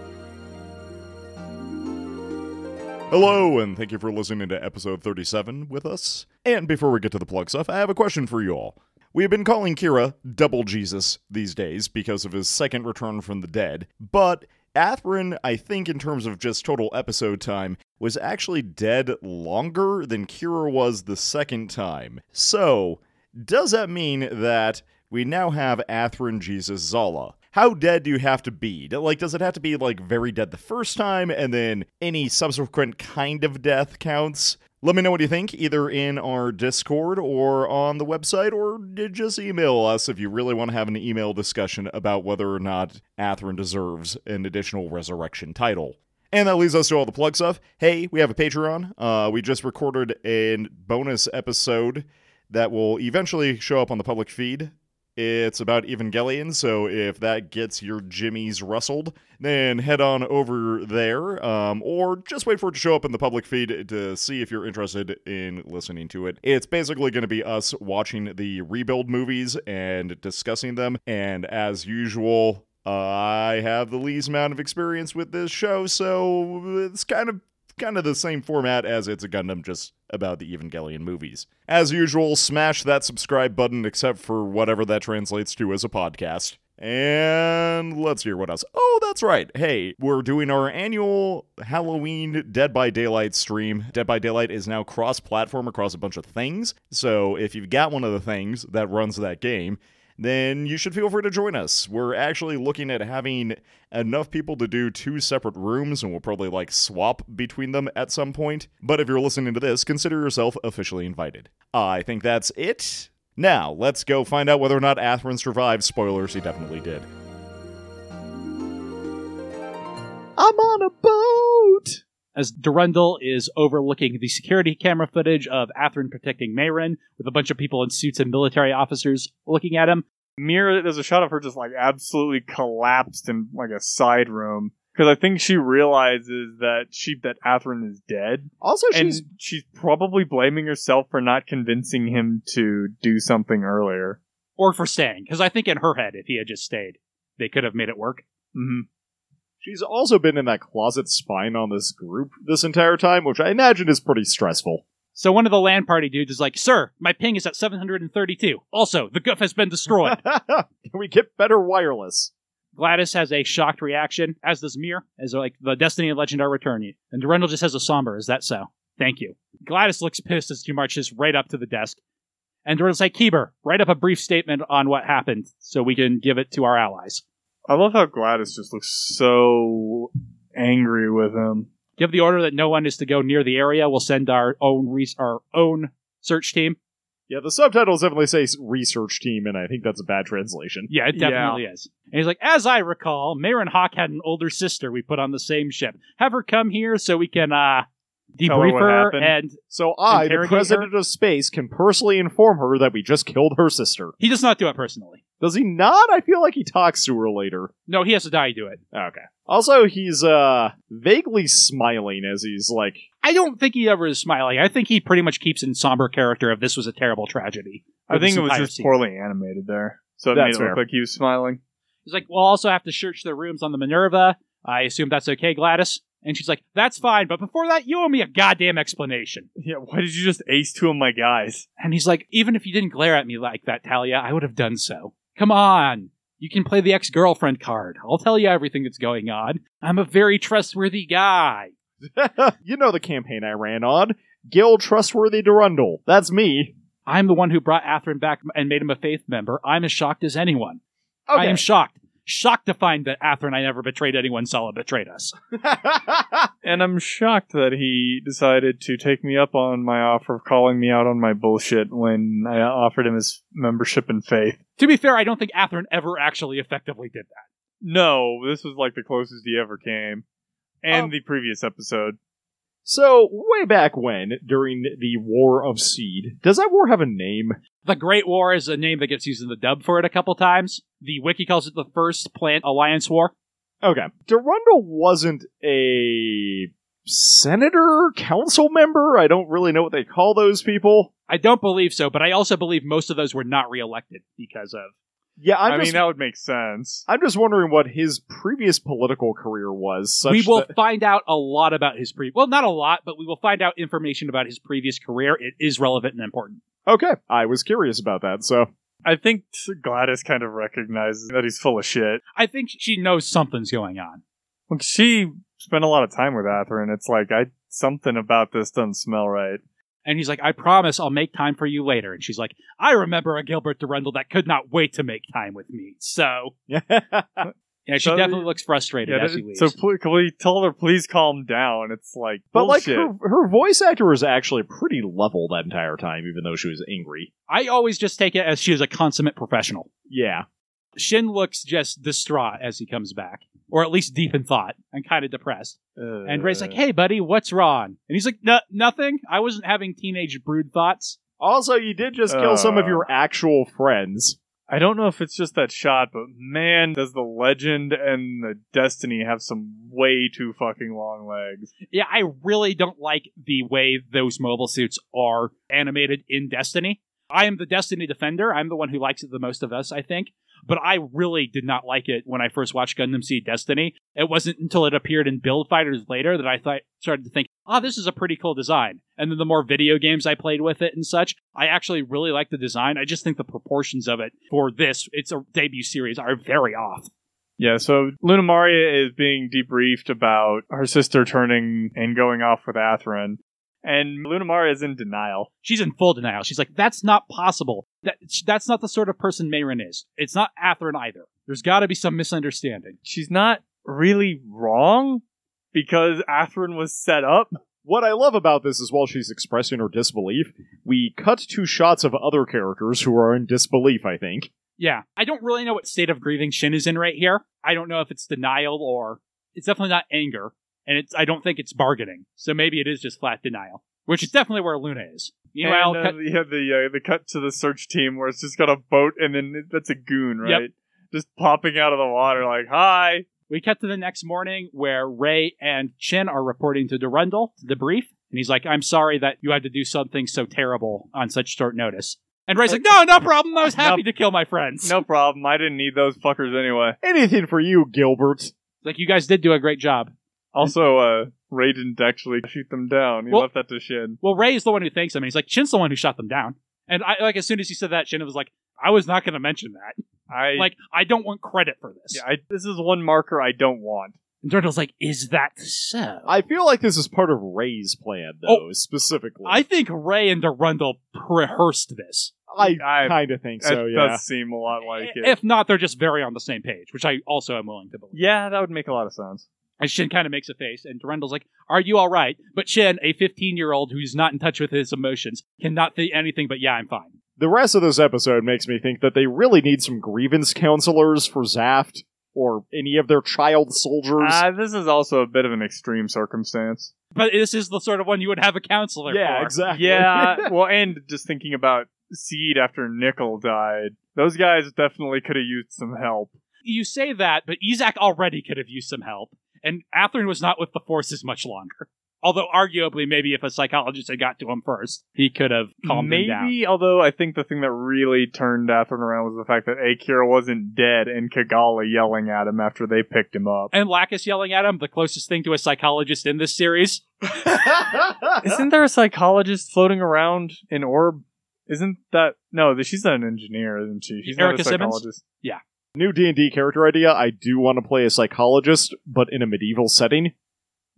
Hello, and thank you for listening to episode 37 with us. And before we get to the plug stuff, I have a question for you all. We have been calling Kira Double Jesus these days because of his second return from the dead, but Atherin, I think, in terms of just total episode time, was actually dead longer than Kira was the second time. So, does that mean that we now have Atherin Jesus Zala? How dead do you have to be? Do- Like, does it have to be like very dead the first time, and then any subsequent kind of death counts? Let me know what you think, either in our Discord or on the website, or d- just email us if you really want to have an email discussion about whether or not Atherin deserves an additional resurrection title. And that leads us to all the plug stuff. Hey, we have a Patreon. Uh, we just recorded a bonus episode that will eventually show up on the public feed. It's about Evangelion, so if that gets your jimmies rustled, then head on over there, um, or just wait for it to show up in the public feed to see if you're interested in listening to it. It's basically going to be us watching the rebuild movies and discussing them, and as usual, I have the least amount of experience with this show, so it's kind of kind of the same format as It's a Gundam, just about the Evangelion movies. As usual, smash that subscribe button, except for whatever that translates to as a podcast. And let's hear what else. Oh, that's right. Hey, we're doing our annual Halloween Dead by Daylight stream. Dead by Daylight is now cross platform across a bunch of things. So if you've got one of the things that runs that game, then you should feel free to join us. We're actually looking at having enough people to do two separate rooms, and we'll probably like swap between them at some point. But if you're listening to this, consider yourself officially invited. I think that's it. Now, let's go find out whether or not Atherin survived. Spoilers, he definitely did. I'm on a boat! as Durendal is overlooking the security camera footage of Athrun protecting Mayrin, with a bunch of people in suits and military officers looking at him. Mira, there's a shot of her just like absolutely collapsed in like a side room because I think she realizes that she that Athrun is dead, Also, and she's she's probably blaming herself for not convincing him to do something earlier. Or for staying, because I think in her head, if he had just stayed, they could have made it work. Mm-hmm. she's also been in that closet spying on this group this entire time, which I imagine is pretty stressful. So one of the land party dudes is like, Sir, my ping is at 732. Also, the goof has been destroyed. Can we get better wireless? Gladys has a shocked reaction, as does Mir, as they're like, the destiny and legend are returning. And Durendal just has a somber, is that so? Thank you. Gladys looks pissed as she marches right up to the desk. And Durendal's like, Keeper, write up a brief statement on what happened so we can give it to our allies. I love how Gladys just looks so angry with him. Give the order that no one is to go near the area. We'll send our own re- our own search team. Yeah, the subtitles definitely say s- research team, and I think that's a bad translation. Yeah, it Yeah. definitely is. And he's like, as I recall, Marin Hawk had an older sister we put on the same ship. Have her come here so we can uh, Tell her debrief what her, happened." and So I, the Interrogate president of space, can personally inform her that we just killed her sister. he does not do it personally. Does he not? I feel like he talks to her later. No, he has to die to do it. Okay. Also, he's uh vaguely smiling as he's like, I don't think he ever is smiling. I think he pretty much keeps in somber character of this was a terrible tragedy. I Of think this it was entire just scene. poorly animated there, so it That's made it fair. look like he was smiling. He's like, we'll also have to search their rooms on the Minerva. I assume that's okay, Gladys. And she's like, that's fine, but before that, you owe me a goddamn explanation. Yeah, why did you just ace two of my guys? And he's like, even if you didn't glare at me like that, Talia, I would have done so. Come on. You can play the ex girlfriend card. I'll tell you everything that's going on. I'm a very trustworthy guy. you know the campaign I ran on. Gil Trustworthy Durundle. That's me. I'm the one who brought Athrun back and made him a faith member. I'm as shocked as anyone. I Okay. am shocked. Shocked to find that Athrun I never betrayed anyone, Sala betrayed us. And I'm shocked that he decided to take me up on my offer of calling me out on my bullshit when I offered him his membership in faith. To be fair, I don't think Athrun ever actually effectively did that. No, this was like the closest he ever came. And Um, the previous episode. so, way back when, during the War of Seed, does that war have a name? The Great War is a name that gets used in the dub for it a couple times. The wiki calls it the First Plant Alliance War. Okay. Durundle wasn't a senator, council member. I don't really know what they call those people. I don't believe so, but I also believe most of those were not reelected because of. Yeah, i I'm mean, just. that would make sense. I'm just wondering what his previous political career was. Such we will that- find out a lot about his pre. Well, not a lot, but we will find out information about his previous career. It is relevant and important. okay, I was curious about that. So I think Gladys kind of recognizes that he's full of shit. I think she knows something's going on. Like, she spent a lot of time with Ather, and it's like, I something about this doesn't smell right. And he's like, I promise I'll make time for you later. And she's like, I remember a Gilbert Durendal that could not wait to make time with me. So, yeah, she So- definitely looks frustrated as that- she leaves. so pl- can we tell her please calm down? It's like But bullshit. like her, her voice actor was actually pretty level that entire time, even though she was angry. I always just take it as she is a consummate professional. Yeah. Shin looks just distraught as he comes back, or at least deep in thought and kind of depressed. And Ray's Uh. like, "Hey, buddy, what's wrong?" And he's like, "No, nothing. I wasn't having teenage brood thoughts." Also, you did just kill some of your actual friends. Uh. I don't know if it's just that shot, but man, does the legend and the destiny have some way too fucking long legs. Yeah, I really don't like the way those mobile suits are animated in Destiny. I am the Destiny defender. I'm the one who likes it the most of us, I think. But I really did not like it when I first watched Gundam Seed Destiny. It wasn't until it appeared in Build Fighters later that I thought, started to think, "Ah, this is a pretty cool design." And then the more video games I played with it and such, I actually really like the design. I just think the proportions of it for this, it's a debut series, are very off. Yeah, so Luna Maria is being debriefed about her sister turning and going off with Athrun. And Luna Maria is in denial. She's in full denial. She's like, that's not possible. That that's not the sort of person Mayrin is. It's not Athrun either. There's got to be some misunderstanding. She's not really wrong because Athrun was set up. What I love about this is while she's expressing her disbelief, we cut to shots of other characters who are in disbelief, I think. Yeah, I don't really know what state of grieving Shin is in right here. I don't know if it's denial or it's definitely not anger. and it's I don't think it's bargaining. So maybe it is just flat denial, which is definitely where Luna is. Meanwhile, and, uh, Cut- you have the uh, the cut to the search team where it's just got a boat, and then it- that's a goon, Yep. right? Just popping out of the water, like hi. We cut to the next morning where Ray and Chin are reporting to Durandal to debrief, and he's like, "I'm sorry that you had to do something so terrible on such short notice." And Ray's like, "No, no problem. I was happy to kill my friends. No problem. I didn't need those fuckers anyway. Anything for you, Gilbert. Like you guys did do a great job." Also, uh, Ray didn't actually shoot them down. He Well- left that to Shin. Well, Ray is the one who thanks him, and he's like, "Chin's the one who shot them down." And I like as soon as he said that, Chin was like, "I was not going to mention that. I Like, I don't want credit for this." yeah, I, this is one marker I don't want. And Durandal's like, "Is that so?" I feel like this is part of Ray's plan, Oh, though, specifically. I think Ray and Durandal rehearsed this. I, I- kind of think That so, yeah. does seem a lot like it. If not, they're just very on the same page, which I also am willing to believe. yeah, that would make a lot of sense. And Shin kind of makes a face, and Durandal's like, Are you all right? But Shin, a 15 year old who's not in touch with his emotions, cannot think anything but, Yeah, I'm fine. The rest of this episode makes me think that they really need some grievance counselors for Zaft or any of their child soldiers. Uh, this is also a bit of an extreme circumstance. But this is the sort of one you would have a counselor yeah, for. exactly. Yeah, well, and just thinking about Seed after Nickel died, those guys definitely could have used some help. You say that, but Izak already could have used some help, and Athlin was not with the forces much longer. Although, arguably, maybe if a psychologist had got to him first, he could have calmed Maybe, him down. although I think the thing that really turned Atherin around was the fact that Akira wasn't dead and Kagala yelling at him after they picked him up. And Lacus yelling at him, the closest thing to a psychologist in this series. Isn't there a psychologist floating around in Orb? Isn't that no? th- She's not an engineer, isn't she? She's Erica not a Simmons? psychologist. New D&D character idea, I do want to play a psychologist, but in a medieval setting.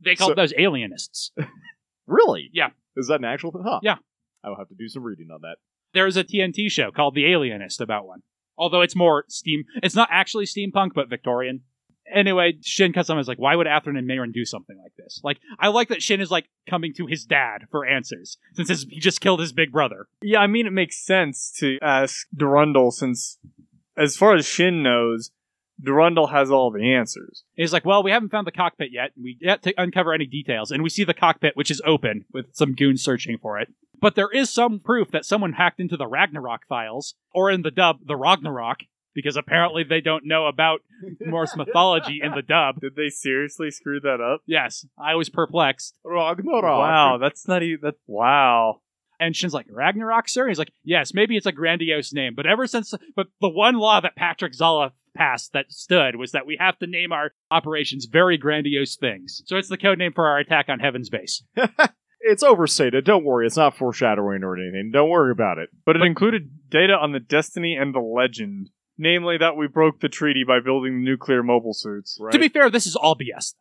They called So- those alienists. Really? Yeah. Is that an actual thing? Huh. Yeah. I will have to do some reading on that. there is a TNT show called The Alienist about one. Although it's more steam, it's not actually steampunk, but Victorian. Anyway, Shin Kasama is like, why would Athrun and Mayron do something like this? Like, I like that Shin is like coming to his dad for answers since his, he just killed his big brother. Yeah, I mean, it makes sense to ask Durandal since, as far as Shin knows, Durandal has all the answers. And he's like, well, we haven't found the cockpit yet. We yet to uncover any details, and we see the cockpit, which is open with some goons searching for it. But there is some proof that someone hacked into the Ragnarok files, or in the dub, the Ragnarok, because apparently they don't know about Norse mythology in the dub. Did they seriously screw that up? Yes, I was perplexed. Ragnarok. Wow, that's not e-, even that. Wow, And Shin's like, Ragnarok, sir? He's like, yes, maybe it's a grandiose name, but ever since, but the one law that Patrick Zala passed that stood was that we have to name our operations very grandiose things. So it's the code name for our attack on Heaven's Base. It's overstated. Don't worry. It's not foreshadowing or anything. Don't worry about it. but it included data on the Destiny and the Legend, namely that we broke the treaty by building nuclear mobile suits. Right? To be fair, this is all BS.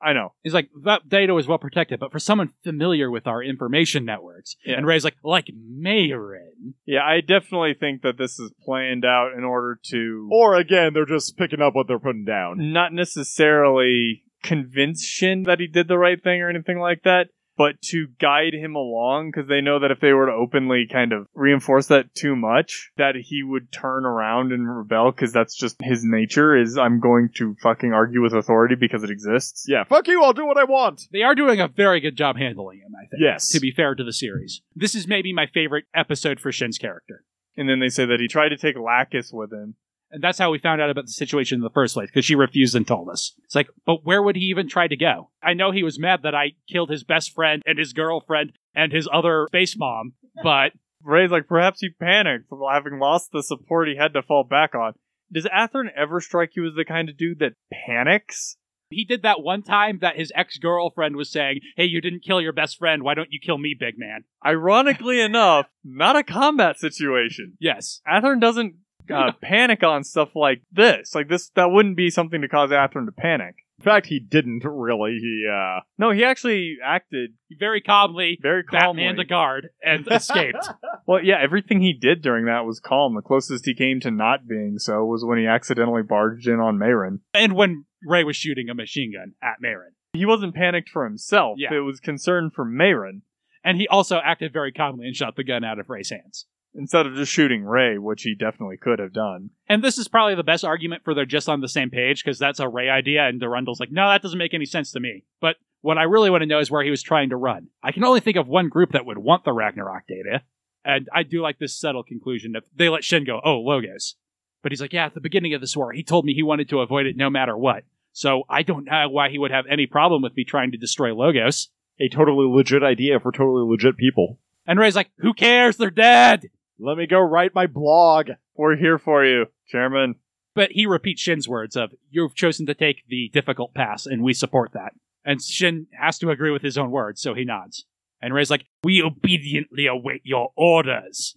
I know. He's like, that data was well protected, but for someone familiar with our information networks. Yeah. And Ray's like, like Mayrin. Yeah, I definitely think that this is planned out in order to Or again, they're just picking up what they're putting down. not necessarily convince Shin that he did the right thing or anything like that, but to guide him along because they know that if they were to openly kind of reinforce that too much, that he would turn around and rebel because that's just his nature is I'm going to fucking argue with authority because it exists. Yeah. Fuck you. I'll do what I want. They are doing a very good job handling him, I think. Yes. To be fair to the series, this is maybe my favorite episode for Shin's character. And then they say that he tried to take Lacus with him. And that's how we found out about the situation in the first place, because she refused and told us. It's like, but where would he even try to go? I know he was mad that I killed his best friend and his girlfriend and his other space mom, but Ray's like, perhaps he panicked from having lost the support he had to fall back on. Does Atherin ever strike you as the kind of dude that panics? he did that one time that his ex girlfriend was saying, Hey, you didn't kill your best friend. Why don't you kill me, big man? Ironically enough, not a combat situation. Yes. Atherin doesn't uh, panic on stuff like this. Like this, that wouldn't be something to cause Atherin to panic. In fact, he didn't really. He, uh. No, he actually acted He Very calmly, very calmly. Batman the guard and escaped. well, yeah, everything he did during that was calm. The closest he came to not being so was when he accidentally barged in on Mayrin. and when Ray was shooting a machine gun at Marin. He wasn't panicked for himself. Yeah. It was concern for Mayrin. And he also acted very calmly and shot the gun out of Ray's hands. instead of just shooting Ray, which he definitely could have done. And this is probably the best argument for they're just on the same page because that's a Ray idea, and Durandal's like, no, that doesn't make any sense to me. But what I really want to know is where he was trying to run. I can only think of one group that would want the Ragnarok data, and I do like this subtle conclusion if they let Shin go, oh, logos. But he's like, yeah, at the beginning of this war, he told me he wanted to avoid it no matter what. So I don't know why he would have any problem with me trying to destroy logos. A totally legit idea for totally legit people. And Ray's like, who cares? They're dead. Let me go write my blog. We're here for you, Chairman. But he repeats Shin's words of, You've chosen to take the difficult pass, and we support that. And Shin has to agree with his own words, so he nods. And Ray's like, We obediently await your orders,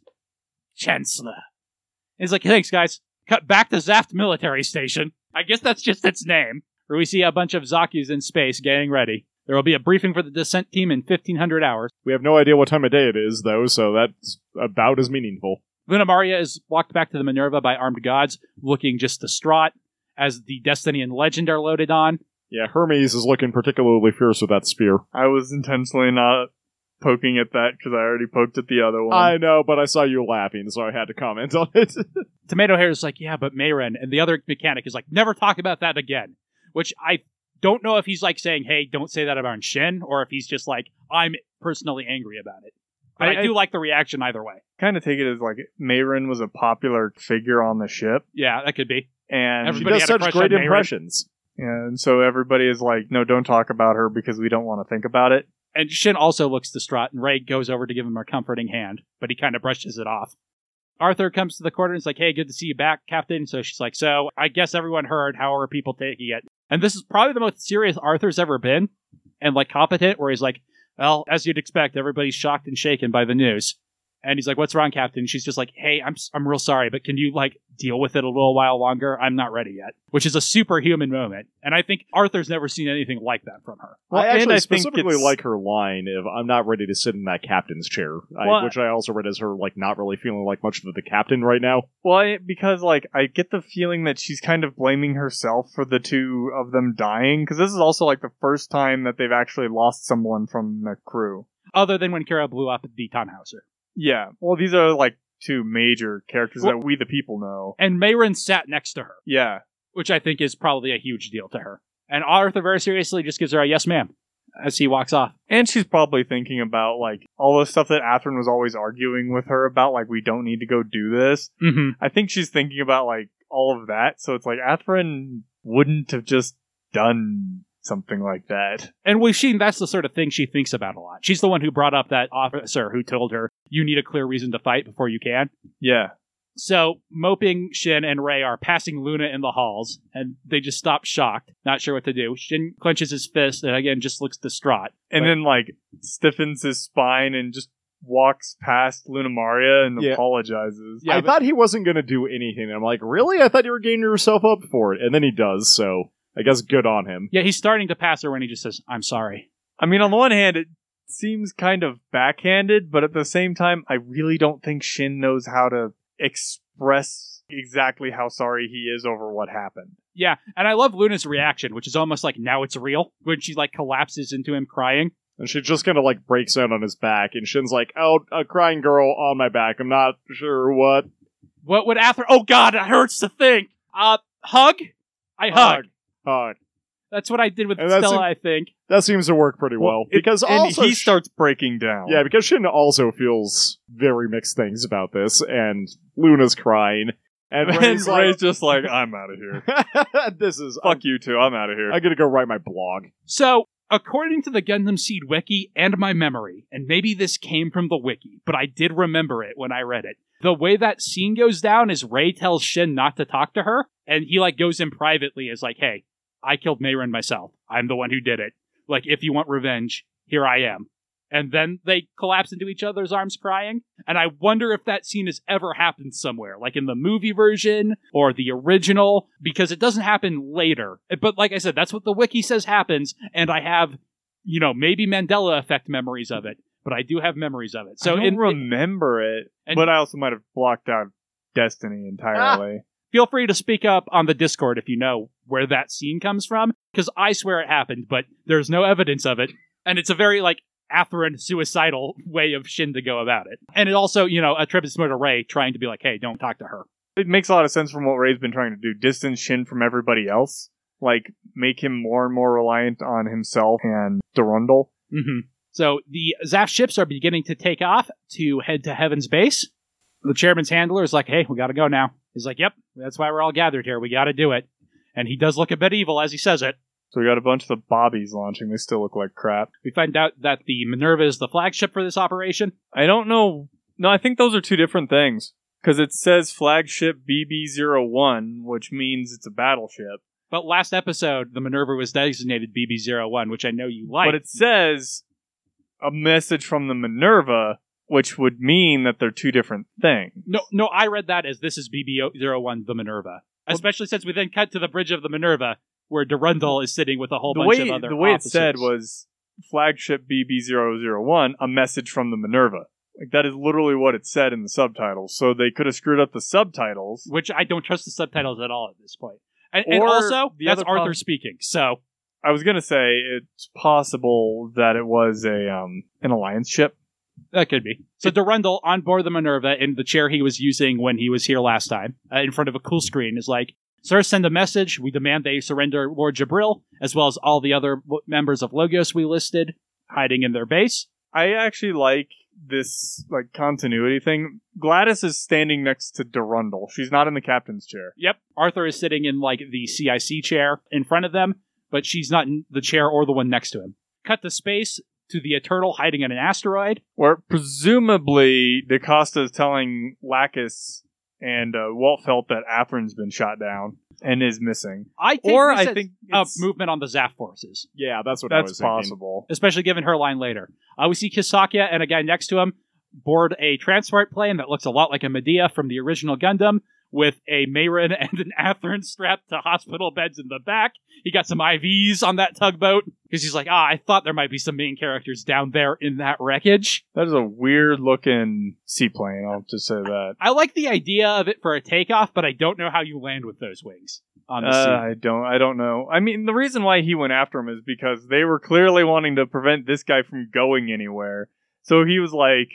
Chancellor. And he's like, Thanks, guys. Cut back to Zaft Military Station. I guess that's just its name. Where we see a bunch of Zaku's in space getting ready. There will be a briefing for the descent team in 1500 hours. We have no idea what time of day it is, though, so that's about as meaningful. Luna Maria is walked back to the Minerva by armed gods, looking just distraught as the Destiny and Legend are loaded on. Yeah, Hermes is looking particularly fierce with that spear. I was intentionally not poking at that because I already poked at the other one. I know, but I saw you laughing, so I had to comment on it. Tomato Hair is like, yeah, but Mayren. And the other mechanic is like, never talk about that again. Which I don't know if he's like saying, hey, don't say that about Shin, or if he's just like, I'm personally angry about it. But I, I- do like the reaction either way. kind of take it as like Mayrin was a popular figure on the ship, Yeah, that could be. and she Everybody does had a such crush great on Mayrin. impressions. and so everybody is like, no, don't talk about her because we don't want to think about it. And Shin also looks distraught, and Ray goes over to give him a comforting hand, but he kind of brushes it off. Arthur comes to the quarter and is like, Hey, good to see you back, Captain. So she's like, So I guess everyone heard. How are people taking it? And this is probably the most serious Arthur's ever been and like competent, where he's like, Well, as you'd expect, everybody's shocked and shaken by the news. And he's like, What's wrong, Captain? She's just like, Hey, I'm, s- I'm real sorry, but can you like deal with it a little while longer? I'm not ready yet, which is a superhuman moment. And I think Arthur's never seen anything like that from her. Well, I and actually I think specifically it's- like her line of "I'm not ready to sit in that captain's chair," I, Well, which I also read as her like not really feeling like much of the captain right now. Well, I, because like I get the feeling that she's kind of blaming herself for the two of them dying because this is also like the first time that they've actually lost someone from the crew. other than when Kira blew up the Tannhauser. Yeah. Well, these are like two major characters Well- that we the people know. And Mayrin sat next to her, Yeah. which I think is probably a huge deal to her. And Arthur very seriously just gives her a yes, ma'am, as he walks off. And she's probably thinking about like all the stuff that Athrun was always arguing with her about, like we don't need to go do this. Mm-hmm. I think she's thinking about like all of that. So it's like Athrun wouldn't have just done something like that. And we've seen that's the sort of thing she thinks about a lot. She's the one who brought up that officer who told her, you need a clear reason to fight before you can. Yeah. So moping Shin and Ray are passing Luna in the halls, and they just stop shocked, not sure what to do. Shin clenches his fist and again just looks distraught. And But- then like stiffens his spine and just walks past Lunamaria and Yeah. apologizes. I thought he wasn't going to do anything. and I'm like, really? I thought you were gaining yourself up for it, and then he does. So I guess good on him. Yeah, he's starting to pass her when he just says, I'm sorry. I mean, on the one hand, it seems kind of backhanded, but at the same time, I really don't think Shin knows how to express exactly how sorry he is over what happened. Yeah, and I love Luna's reaction, which is almost like now it's real when she like collapses into him crying. And she just kind of like breaks down on his back, and Shin's like, "Oh, a crying girl on my back. I'm not sure what." What would Ather? Oh God, it hurts to think. Uh, hug. I hug. Hug. Uh, That's what I did with And that's Stella. im- I think. that seems to work pretty well, it- because and also he Sh- starts breaking down. Yeah, because Shin also feels very mixed things about this, and Luna's crying, and and Ray's Ray's like, just like, I'm out of here. "This is Fuck you two, I'm out of here. I'm, I'm gonna go write my blog." So, according to the Gundam Seed wiki and my memory, and maybe this came from the wiki, but I did remember it when I read it. The way that scene goes down is Ray tells Shin not to talk to her, and he like goes in privately as like, "Hey, I killed Mayrin myself. I'm the one who did it. Like, if you want revenge, here I am." And then they collapse into each other's arms crying. And I wonder if that scene has ever happened somewhere, like in the movie version or the original, because it doesn't happen later. But like I said, that's what the wiki says happens. And I have, you know, maybe Mandela effect memories of it, but I do have memories of it. so So I don't in, remember it, and- but I also might have blocked out Destiny entirely. feel free to speak up on the Discord if you know where that scene comes from, because I swear it happened, but there's no evidence of it. And it's a very like Atherin suicidal way of Shin to go about it. And it also, you know, attributes more to Ray trying to be like, hey, don't talk to her. It makes a lot of sense from what Ray's been trying to do. Distance Shin from everybody else. Like, make him more and more reliant on himself and Durundal. Mm-hmm. So the Zaf ships are beginning to take off to head to Heaven's base. The chairman's handler is like, hey, we got to go now. He's like, yep, that's why we're all gathered here. We got to do it. And he does look a bit evil as he says it. So we got a bunch of the Bobbies launching. They still look like crap. We find out that the Minerva is the flagship for this operation. I don't know. No, I think those are two different things. Because it says flagship BB01, which means it's a battleship. But last episode, the Minerva was designated BB01, which I know you like. But it says a message from the Minerva, which would mean that they're two different things. no, no, I read that as this is BB01, the Minerva. Especially since we then cut to the bridge of the Minerva, where Durundal is sitting with a whole The bunch way, of other the way it officers. said was flagship BB001, a message from the Minerva. Like that is literally what it said in the subtitles. So they could have screwed up the subtitles. which I don't trust the subtitles at all at this point. And, and Or also, the that's other prob- Arthur speaking. So I was gonna say it's possible that it was a um an alliance ship. that could be. So Durendal on board the Minerva in the chair he was using when he was here last time, uh, in front of a cool screen, is like, "Sir, send a message. We demand they surrender Lord Jabril as well as all the other w- members of Logos we listed hiding in their base." I actually like this like continuity thing. Gladys is standing next to Durundal. She's not in the captain's chair. Yep, Arthur is sitting in like the CIC chair in front of them, but she's not in the chair or the one next to him. Cut to space to the Eternal hiding in an asteroid. Where presumably DaCosta is telling Lacus and uh, Waltfelt that Atherin's been shot down and is missing. I think Or this I is think a it's- movement on the Zaf forces. Yeah, that's what I was That's thinking. possible. especially given her line later. Uh, we see Kisakia and a guy next to him board a transport plane that looks a lot like a Medea from the original Gundam with a Mayrin and an Atherin strapped to hospital beds in the back. He got some IVs on that tugboat because he's like, ah, I thought there might be some main characters down there in that wreckage. That is a weird looking seaplane. I'll just say that. I like the idea of it for a takeoff, but I don't know how you land with those wings on the Uh, sea. I don't. I don't know. I mean, the reason why he went after him is because they were clearly wanting to prevent this guy from going anywhere. So he was like,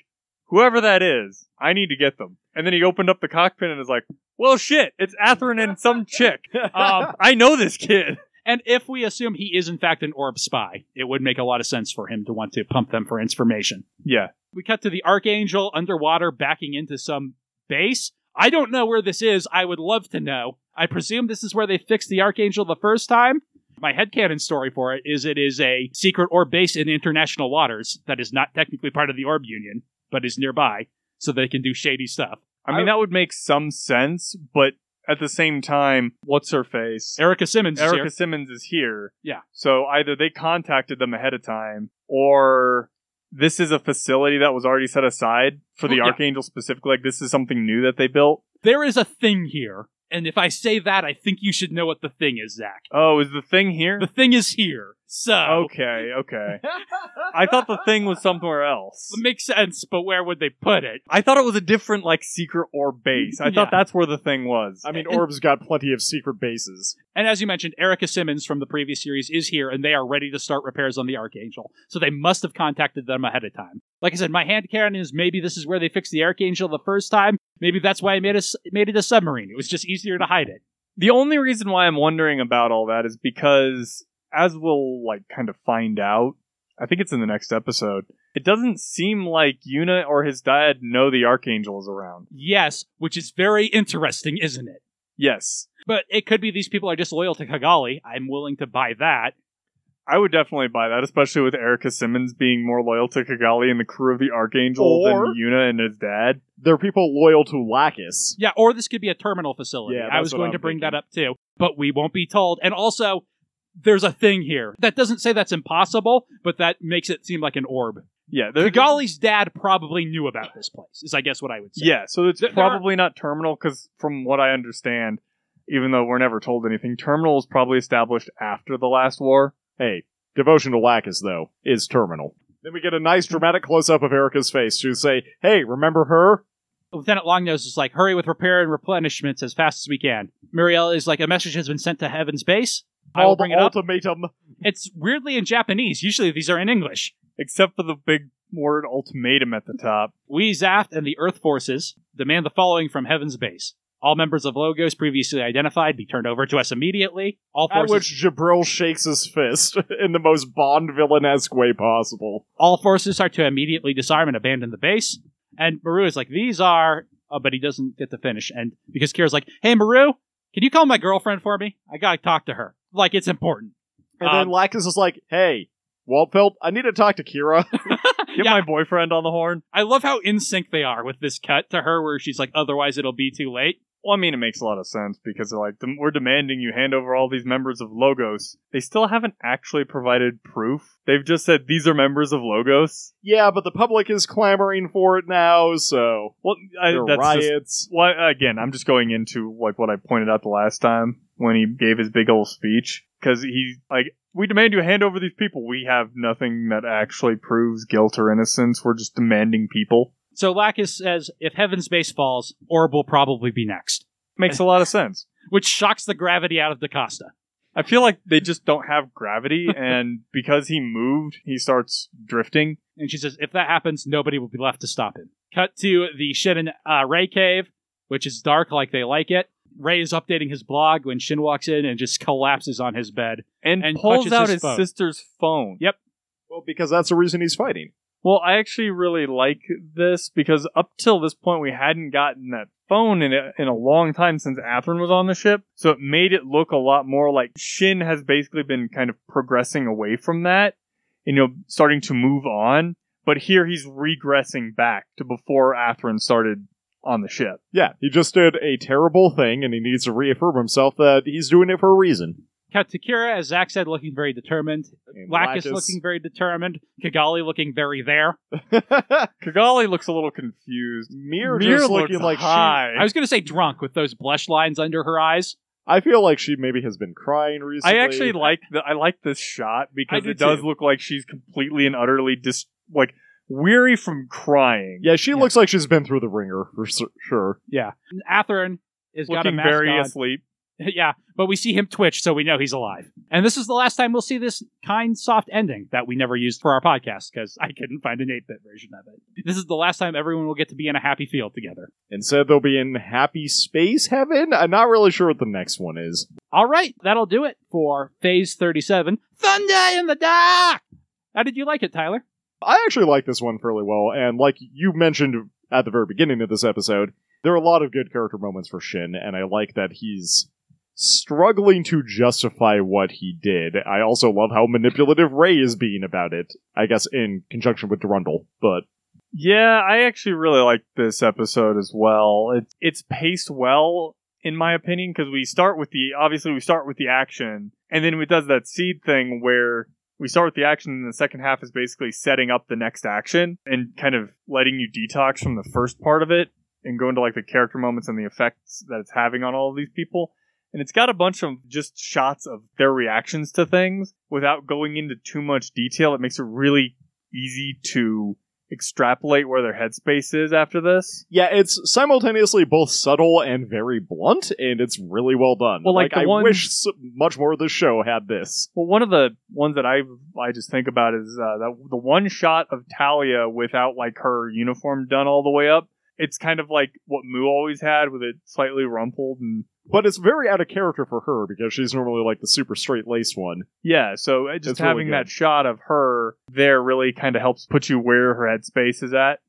"Whoever that is, I need to get them." And then he opened up the cockpit and is like, "Well, shit, it's Atherin and some chick. Um, I know this kid." And if we assume he is in fact an orb spy, it would make a lot of sense for him to want to pump them for information. Yeah, We cut to the Archangel underwater backing into some base. I don't know where this is. I would love to know. I presume this is where they fixed the Archangel the first time. My headcanon story for it is it is a secret orb base in international waters that is not technically part of the Orb Union, but is nearby, so they can do shady stuff. I mean, that would make some sense, but at the same time, what's her face? Erica Simmons is Erica here. Simmons is here. Yeah. So either they contacted them ahead of time or this is a facility that was already set aside for the Yeah. Archangel specifically. Like this is something new that they built. There is a thing here, and if I say that, I think you should know what the thing is, Zach. Oh, is the thing here? The thing is here. So okay, okay. I thought the thing was somewhere else. it makes sense, but where would they put it? I thought it was a different like secret or base. I Yeah. thought that's where the thing was. I mean, Orb's got plenty of secret bases. And as you mentioned, Erica Simmons from the previous series is here, and they are ready to start repairs on the Archangel. So they must have contacted them ahead of time. Like I said, my hand Karen is maybe this is where they fixed the Archangel the first time. Maybe that's why I made a s made it a submarine. It was just easier to hide it. the only reason why I'm wondering about all that is because, as we'll like kind of find out, I think it's in the next episode. It doesn't seem like Yuna or his dad know the Archangel is around. Yes, which is very interesting, isn't it? Yes, But it could be these people are disloyal to Kigali. I'm willing to buy that. I would definitely buy that, especially with Erica Simmons being more loyal to Kigali and the crew of the Archangel Or- than Yuna and his dad. They're people loyal to Lacus. Yeah, or this could be a terminal facility. Yeah, I was that's what going I'm to bring that thinking. up too, but we won't be told. And also, there's a thing here that doesn't say that's impossible, but that makes it seem like an orb. Yeah, they're- Kigali's dad probably knew about this place. Is I guess what I would say. Yeah, so it's There- there are- probably not terminal because, from what I understand, even though we're never told anything, terminal was probably established after the last war. Hey, devotion to Lacus, though, is terminal. Then we get a nice dramatic close up of Erica's face to say, hey, remember her? Lieutenant Longnose is like, "Hurry with repair and replenishments as fast as we can." Muriel is like, "A message has been sent to Heaven's base." I will All the bring it up. ultimatum. It's weirdly in Japanese. Usually these are in English. except for the big word ultimatum at Mm-hmm. the top. We, Zaft, and the Earth Forces demand the following from Heaven's Base. All members of Logos previously identified be turned over to us immediately. All At forces, which Jabril shakes his fist in the most Bond villain esque way possible. all forces are to immediately disarm and abandon the base. And Maru is like, these are, oh, but he doesn't get to finish. And because Kira's like, hey, Maru, can you call my girlfriend for me? I gotta talk to her. Like, it's important. And then Um, Lacus is like, hey, Waltfeld, I need to talk to Kira. Get Um, Yeah. my boyfriend on the horn. I love how in sync they are with this cut to her, where she's like, otherwise it'll be too late. Well, I mean, it makes a lot of sense because like dem- we're demanding you hand over all these members of Logos. They still haven't actually provided proof. They've just said these are members of Logos. yeah, but the public is clamoring for it now, so. Well, I, there are that's just- riots. well, again, I'm just going into like what I pointed out the last time when he gave his big old speech because he like we demand you hand over these people. We have nothing that actually proves guilt or innocence. We're just demanding people. So Lacus says, if Heaven's Base falls, Orb will probably be next, Makes a lot of sense. which shocks the gravity out of DaCosta. I feel like they just don't have gravity, and because he moved, he starts drifting. And she says, if that happens, nobody will be left to stop him. Cut to the Shin and uh, Ray cave, which is dark like they like it. Ray is updating his blog when Shin walks in and just collapses on his bed. and, and pulls clutches out his his, phone. sister's phone. Yep. Well, because that's the reason he's fighting. Well, I actually really like this because up till this point we hadn't gotten that phone in a, in a long time since Athrun was on the ship, so it made it look a lot more like Shin has basically been kind of progressing away from that, and, you know, starting to move on. But here he's regressing back to before Athrun started on the ship. Yeah, he just did a terrible thing, and he needs to reaffirm himself that he's doing it for a reason. Cut to Kira, as Zack said, looking very determined. And Lacus looking very determined. Kigali looking very there. Kigali looks a little confused. Mir Mir just looks looking like she. high. I was going to say drunk with those blush lines under her eyes. I feel like she maybe has been crying recently. I actually like the I like this shot because do it does too. look like she's completely and utterly dis like weary from crying. Yeah, she looks like she's been through the ringer for cer- sure. And Atherin is got a looking mask very on. asleep. yeah, but we see him twitch, so we know he's alive. And this is the last time we'll see this kind, soft ending that we never used for our podcast because I couldn't find an 8 bit version of it. This is the last time everyone will get to be in a happy field together. Instead, they'll be in happy space heaven. I'm not really sure what the next one is. All right, that'll do it for Phase 37 Thunder in the Dark! How did you like it, Tyler? I actually like this one fairly well, and like you mentioned at the very beginning of this episode, there are a lot of good character moments for Shin, and I like that he's struggling to justify what he did. I also love how manipulative Ray is being about it. I guess in conjunction with Durundle, but Yeah, I actually really like this episode as well. It's it's paced well in my opinion because we start with the obviously we start with the action and then it does that seed thing where we start with the action and the second half is basically setting up the next action and kind of letting you detox from the first part of it and go into like the character moments and the effects that it's having on all of these people. And it's got a bunch of just shots of their reactions to things without going into too much detail. It makes it really easy to extrapolate where their headspace is after this. yeah, it's simultaneously both subtle and very blunt, and it's really well done. Well, like, the I one- wish so- much more of the show had this. Well, one of the ones that I I just think about is uh, that the one shot of Talia without like her uniform done all the way up. It's kind of like what Moo always had, with it slightly rumpled and But it's very out of character for her because she's normally like the super straight laced one. yeah. So it, just It's really having that good. shot of her there really kind of helps put you where her headspace is at.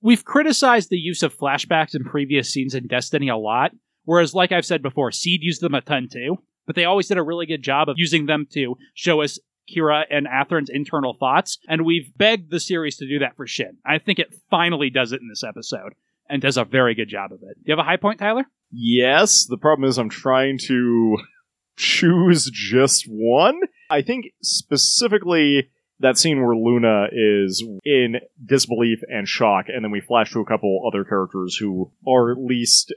We've criticized the use of flashbacks in previous scenes in Destiny a lot, whereas, like I've said before, Seed used them a ton too, but they always did a really good job of using them to show us Kira and Atherin's internal thoughts, and we've begged the series to do that for Shin. I think it finally does it in this episode, and does a very good job of it. Do you have a high point, Tyler? Yes, the problem is I'm trying to choose just one. I think specifically that scene where Luna is in disbelief and shock, and then we flash to a couple other characters who are at least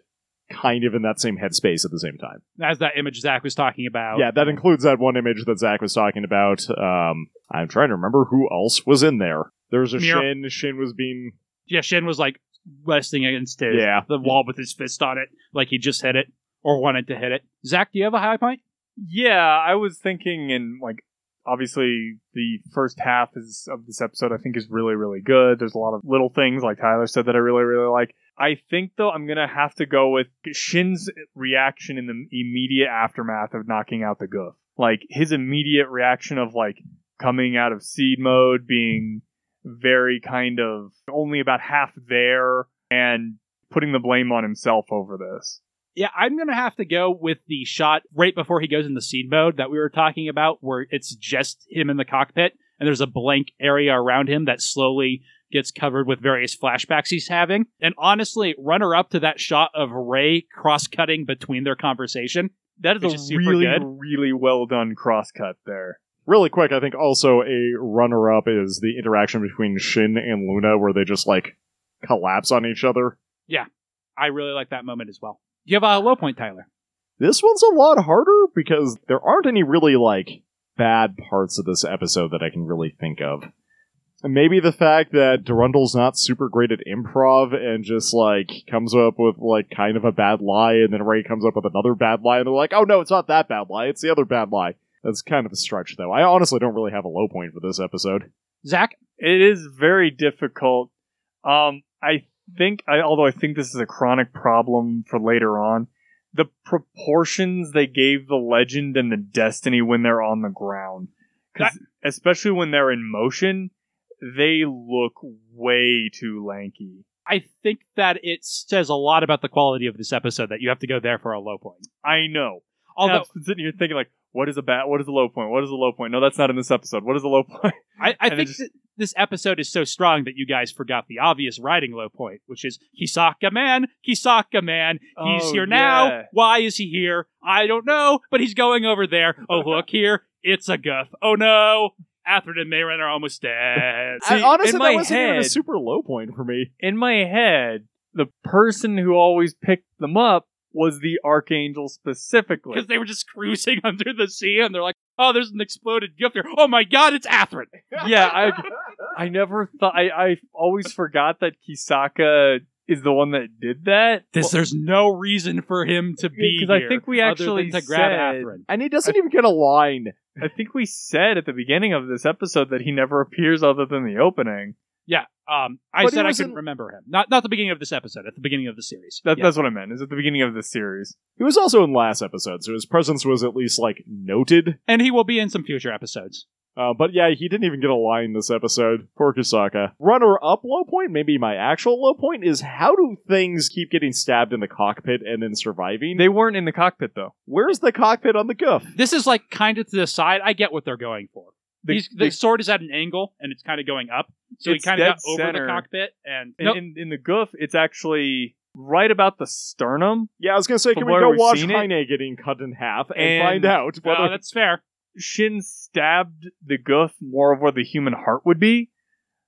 kind of in that same headspace at the same time. As that image Zach was talking about. Yeah, that includes that one image that Zach was talking about. Um, I'm trying to remember who else was in there. There was a Mir- Shin. Shin was being Yeah, Shin was like resting against his, Yeah. the wall with his fist on it, like he just hit it or wanted to hit it. Zach, do you have a high point? Yeah, I was thinking in like obviously the first half is of this episode I think is really really good. There's a lot of little things like Tyler said that I really really like. I think though I'm gonna have to go with Shin's reaction in the immediate aftermath of knocking out the goof. Like his immediate reaction of like coming out of seed mode, being very kind of only about half there, and putting the blame on himself over this. Yeah, I'm gonna have to go with the shot right before he goes into seed mode that we were talking about, where it's just him in the cockpit and there's a blank area around him that slowly gets covered with various flashbacks he's having. And honestly, runner up to that shot of Ray cross cutting between their conversation. That is, It's a a super really, good. really well done cross cut there. Really quick, I think also a runner up is the interaction between Shin and Luna where they just like collapse on each other. I really like that moment as well. Do you have a low point, Tyler? This one's a lot harder because there aren't any really like bad parts of this episode that I can really think of. Maybe the fact that Durundel's not super great at improv and just like comes up with like kind of a bad lie, and then Ray comes up with another bad lie, and they're like, "Oh no, it's not that bad lie; it's the other bad lie." That's kind of a stretch, though. I honestly don't really have a low point for this episode. Zach? It is very difficult. Um, I think, I, although I think this is a chronic problem for later on, the proportions they gave the legend and the destiny when they're on the ground, 'Cause especially when they're in motion, they look way too lanky. I think that it says a lot about the quality of this episode that you have to go there for a low point. I know. Although Now, I'm sitting here thinking like, what is a bat? What is a low point? What is a low point? No, that's not in this episode. What is a low point? I, I And it think just- that this episode is so strong that you guys forgot the obvious writing low point, which is Kisaka man, Kisaka man. He's Oh, here now. yeah. Why is he here? I don't know, but he's going over there. Oh look here, it's a guff. Oh no, Atherton and Mayren are almost dead. See, I, honestly, in that my wasn't even a head- super low point for me. in my head, the person who always picked them up was the archangel specifically. Because they were just cruising under the sea, and they're like, "Oh, there's an exploded guff here. Oh my God, it's Atherton." yeah, I I never thought I, I always forgot that Kisaka is the one that did that. This, there's no reason for him to be because I here think we other actually than to grab said- Atherton. And he doesn't even get a line. I think we said at the beginning of this episode that he never appears other than the opening. Um, I But he said I was couldn't in- remember him. Not not the beginning of this episode. At the beginning of the series. That, Yeah. That's what I meant. Is at the beginning of the series. He was also in last episode, so his presence was at least like noted. and he will be in some future episodes. Uh, but yeah, he didn't even get a line this episode. Poor Kusaka. Runner up low point, maybe my actual low point, is how do things keep getting stabbed in the cockpit and then surviving? They weren't in the cockpit though. Where's the cockpit on the goof? This is like kind of to the side. I get what they're going for. The- These- the the- sword is at an angle and it's kind of going up, so he It's kind of got dead over center. the cockpit and in, Nope. in, in the goof, it's actually right about the sternum. Yeah, I was gonna say, From can we where go we've watch seen it- Heine getting cut in half and, And- find out No, whether that's fair. Shin stabbed the goof more of where the human heart would be.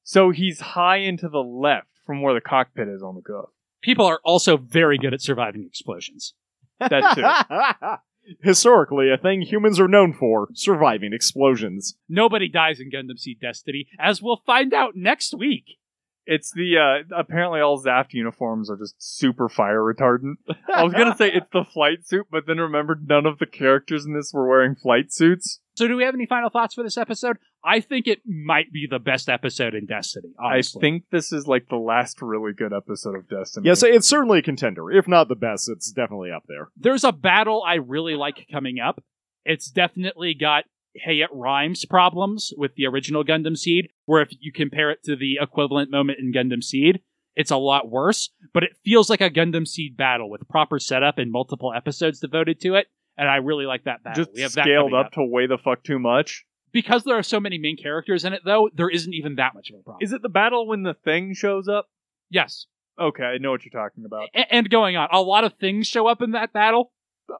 So he's high into the left from where the cockpit is on the goof. People are also very good at surviving explosions. That too. uh, historically a thing humans are known for surviving explosions. Nobody dies in Gundam Seed Destiny, as we'll find out next week. It's the uh, apparently all Zaft uniforms are just super fire retardant. I was gonna say it's the flight suit, but then remembered none of the characters in this were wearing flight suits. So, do we have any final thoughts for this episode? I think it might be the best episode in Destiny. Honestly. I think this is like the last really good episode of Destiny. Yes, it's certainly a contender. If not the best, it's definitely up there. there's a battle I really like coming up. It's definitely got hey it rhymes problems with the original Gundam Seed, where if you compare it to the equivalent moment in Gundam Seed, it's a lot worse, but it feels like a Gundam Seed battle with proper setup and multiple episodes devoted to it. And I really like that battle. just we have that scaled coming up to way the fuck too much. because there are so many main characters in it. Though there isn't even that much of a problem. Is it the battle when the thing shows up? yes, Okay, I know what you're talking about. A- and going on, a lot of things show up in that battle.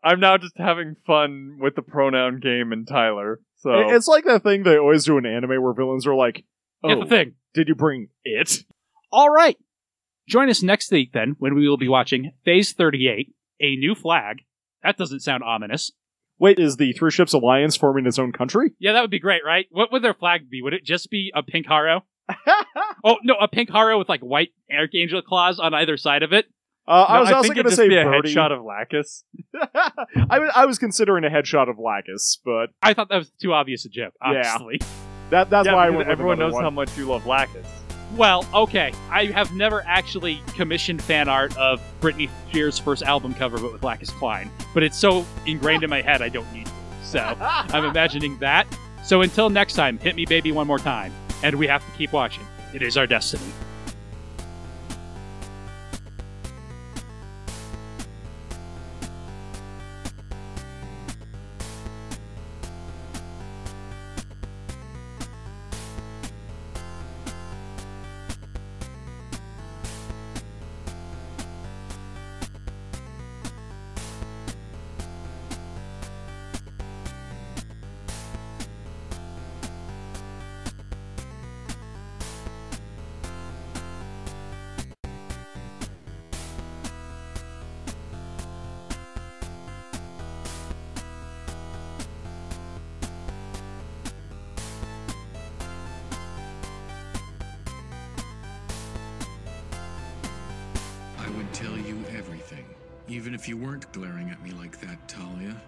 I'm now just having fun with the pronoun game and Tyler. So It- It's like that thing they always do in anime where villains are like, Get "Oh, the thing. did you bring it?" All right. Join us next week then when we will be watching Phase 38, A New Flag. That doesn't sound ominous. Wait, is the Three Ships Alliance forming its own country? Yeah, that would be great, right? What would their flag be? Would it just be a pink haro? oh, no, a pink haro with like white archangel claws on either side of it. Uh, I No, was also think going to it'd say just be a Birdie. headshot of Lacus. I, was- I was considering a headshot of Lacus, but I thought that was too obvious a joke, Yeah. honestly. that, that's Yeah, why I went because with everyone another knows one. how much you love Lacus. Well, okay. I have never actually commissioned fan art of Britney Spears' first album cover, but with Lacus Klein. But it's so ingrained in my head, I don't need it. So I'm imagining that. So until next time, hit me, baby, one more time. And we have to keep watching. It is our destiny. I would tell you everything, even if you weren't glaring at me like that, Talia.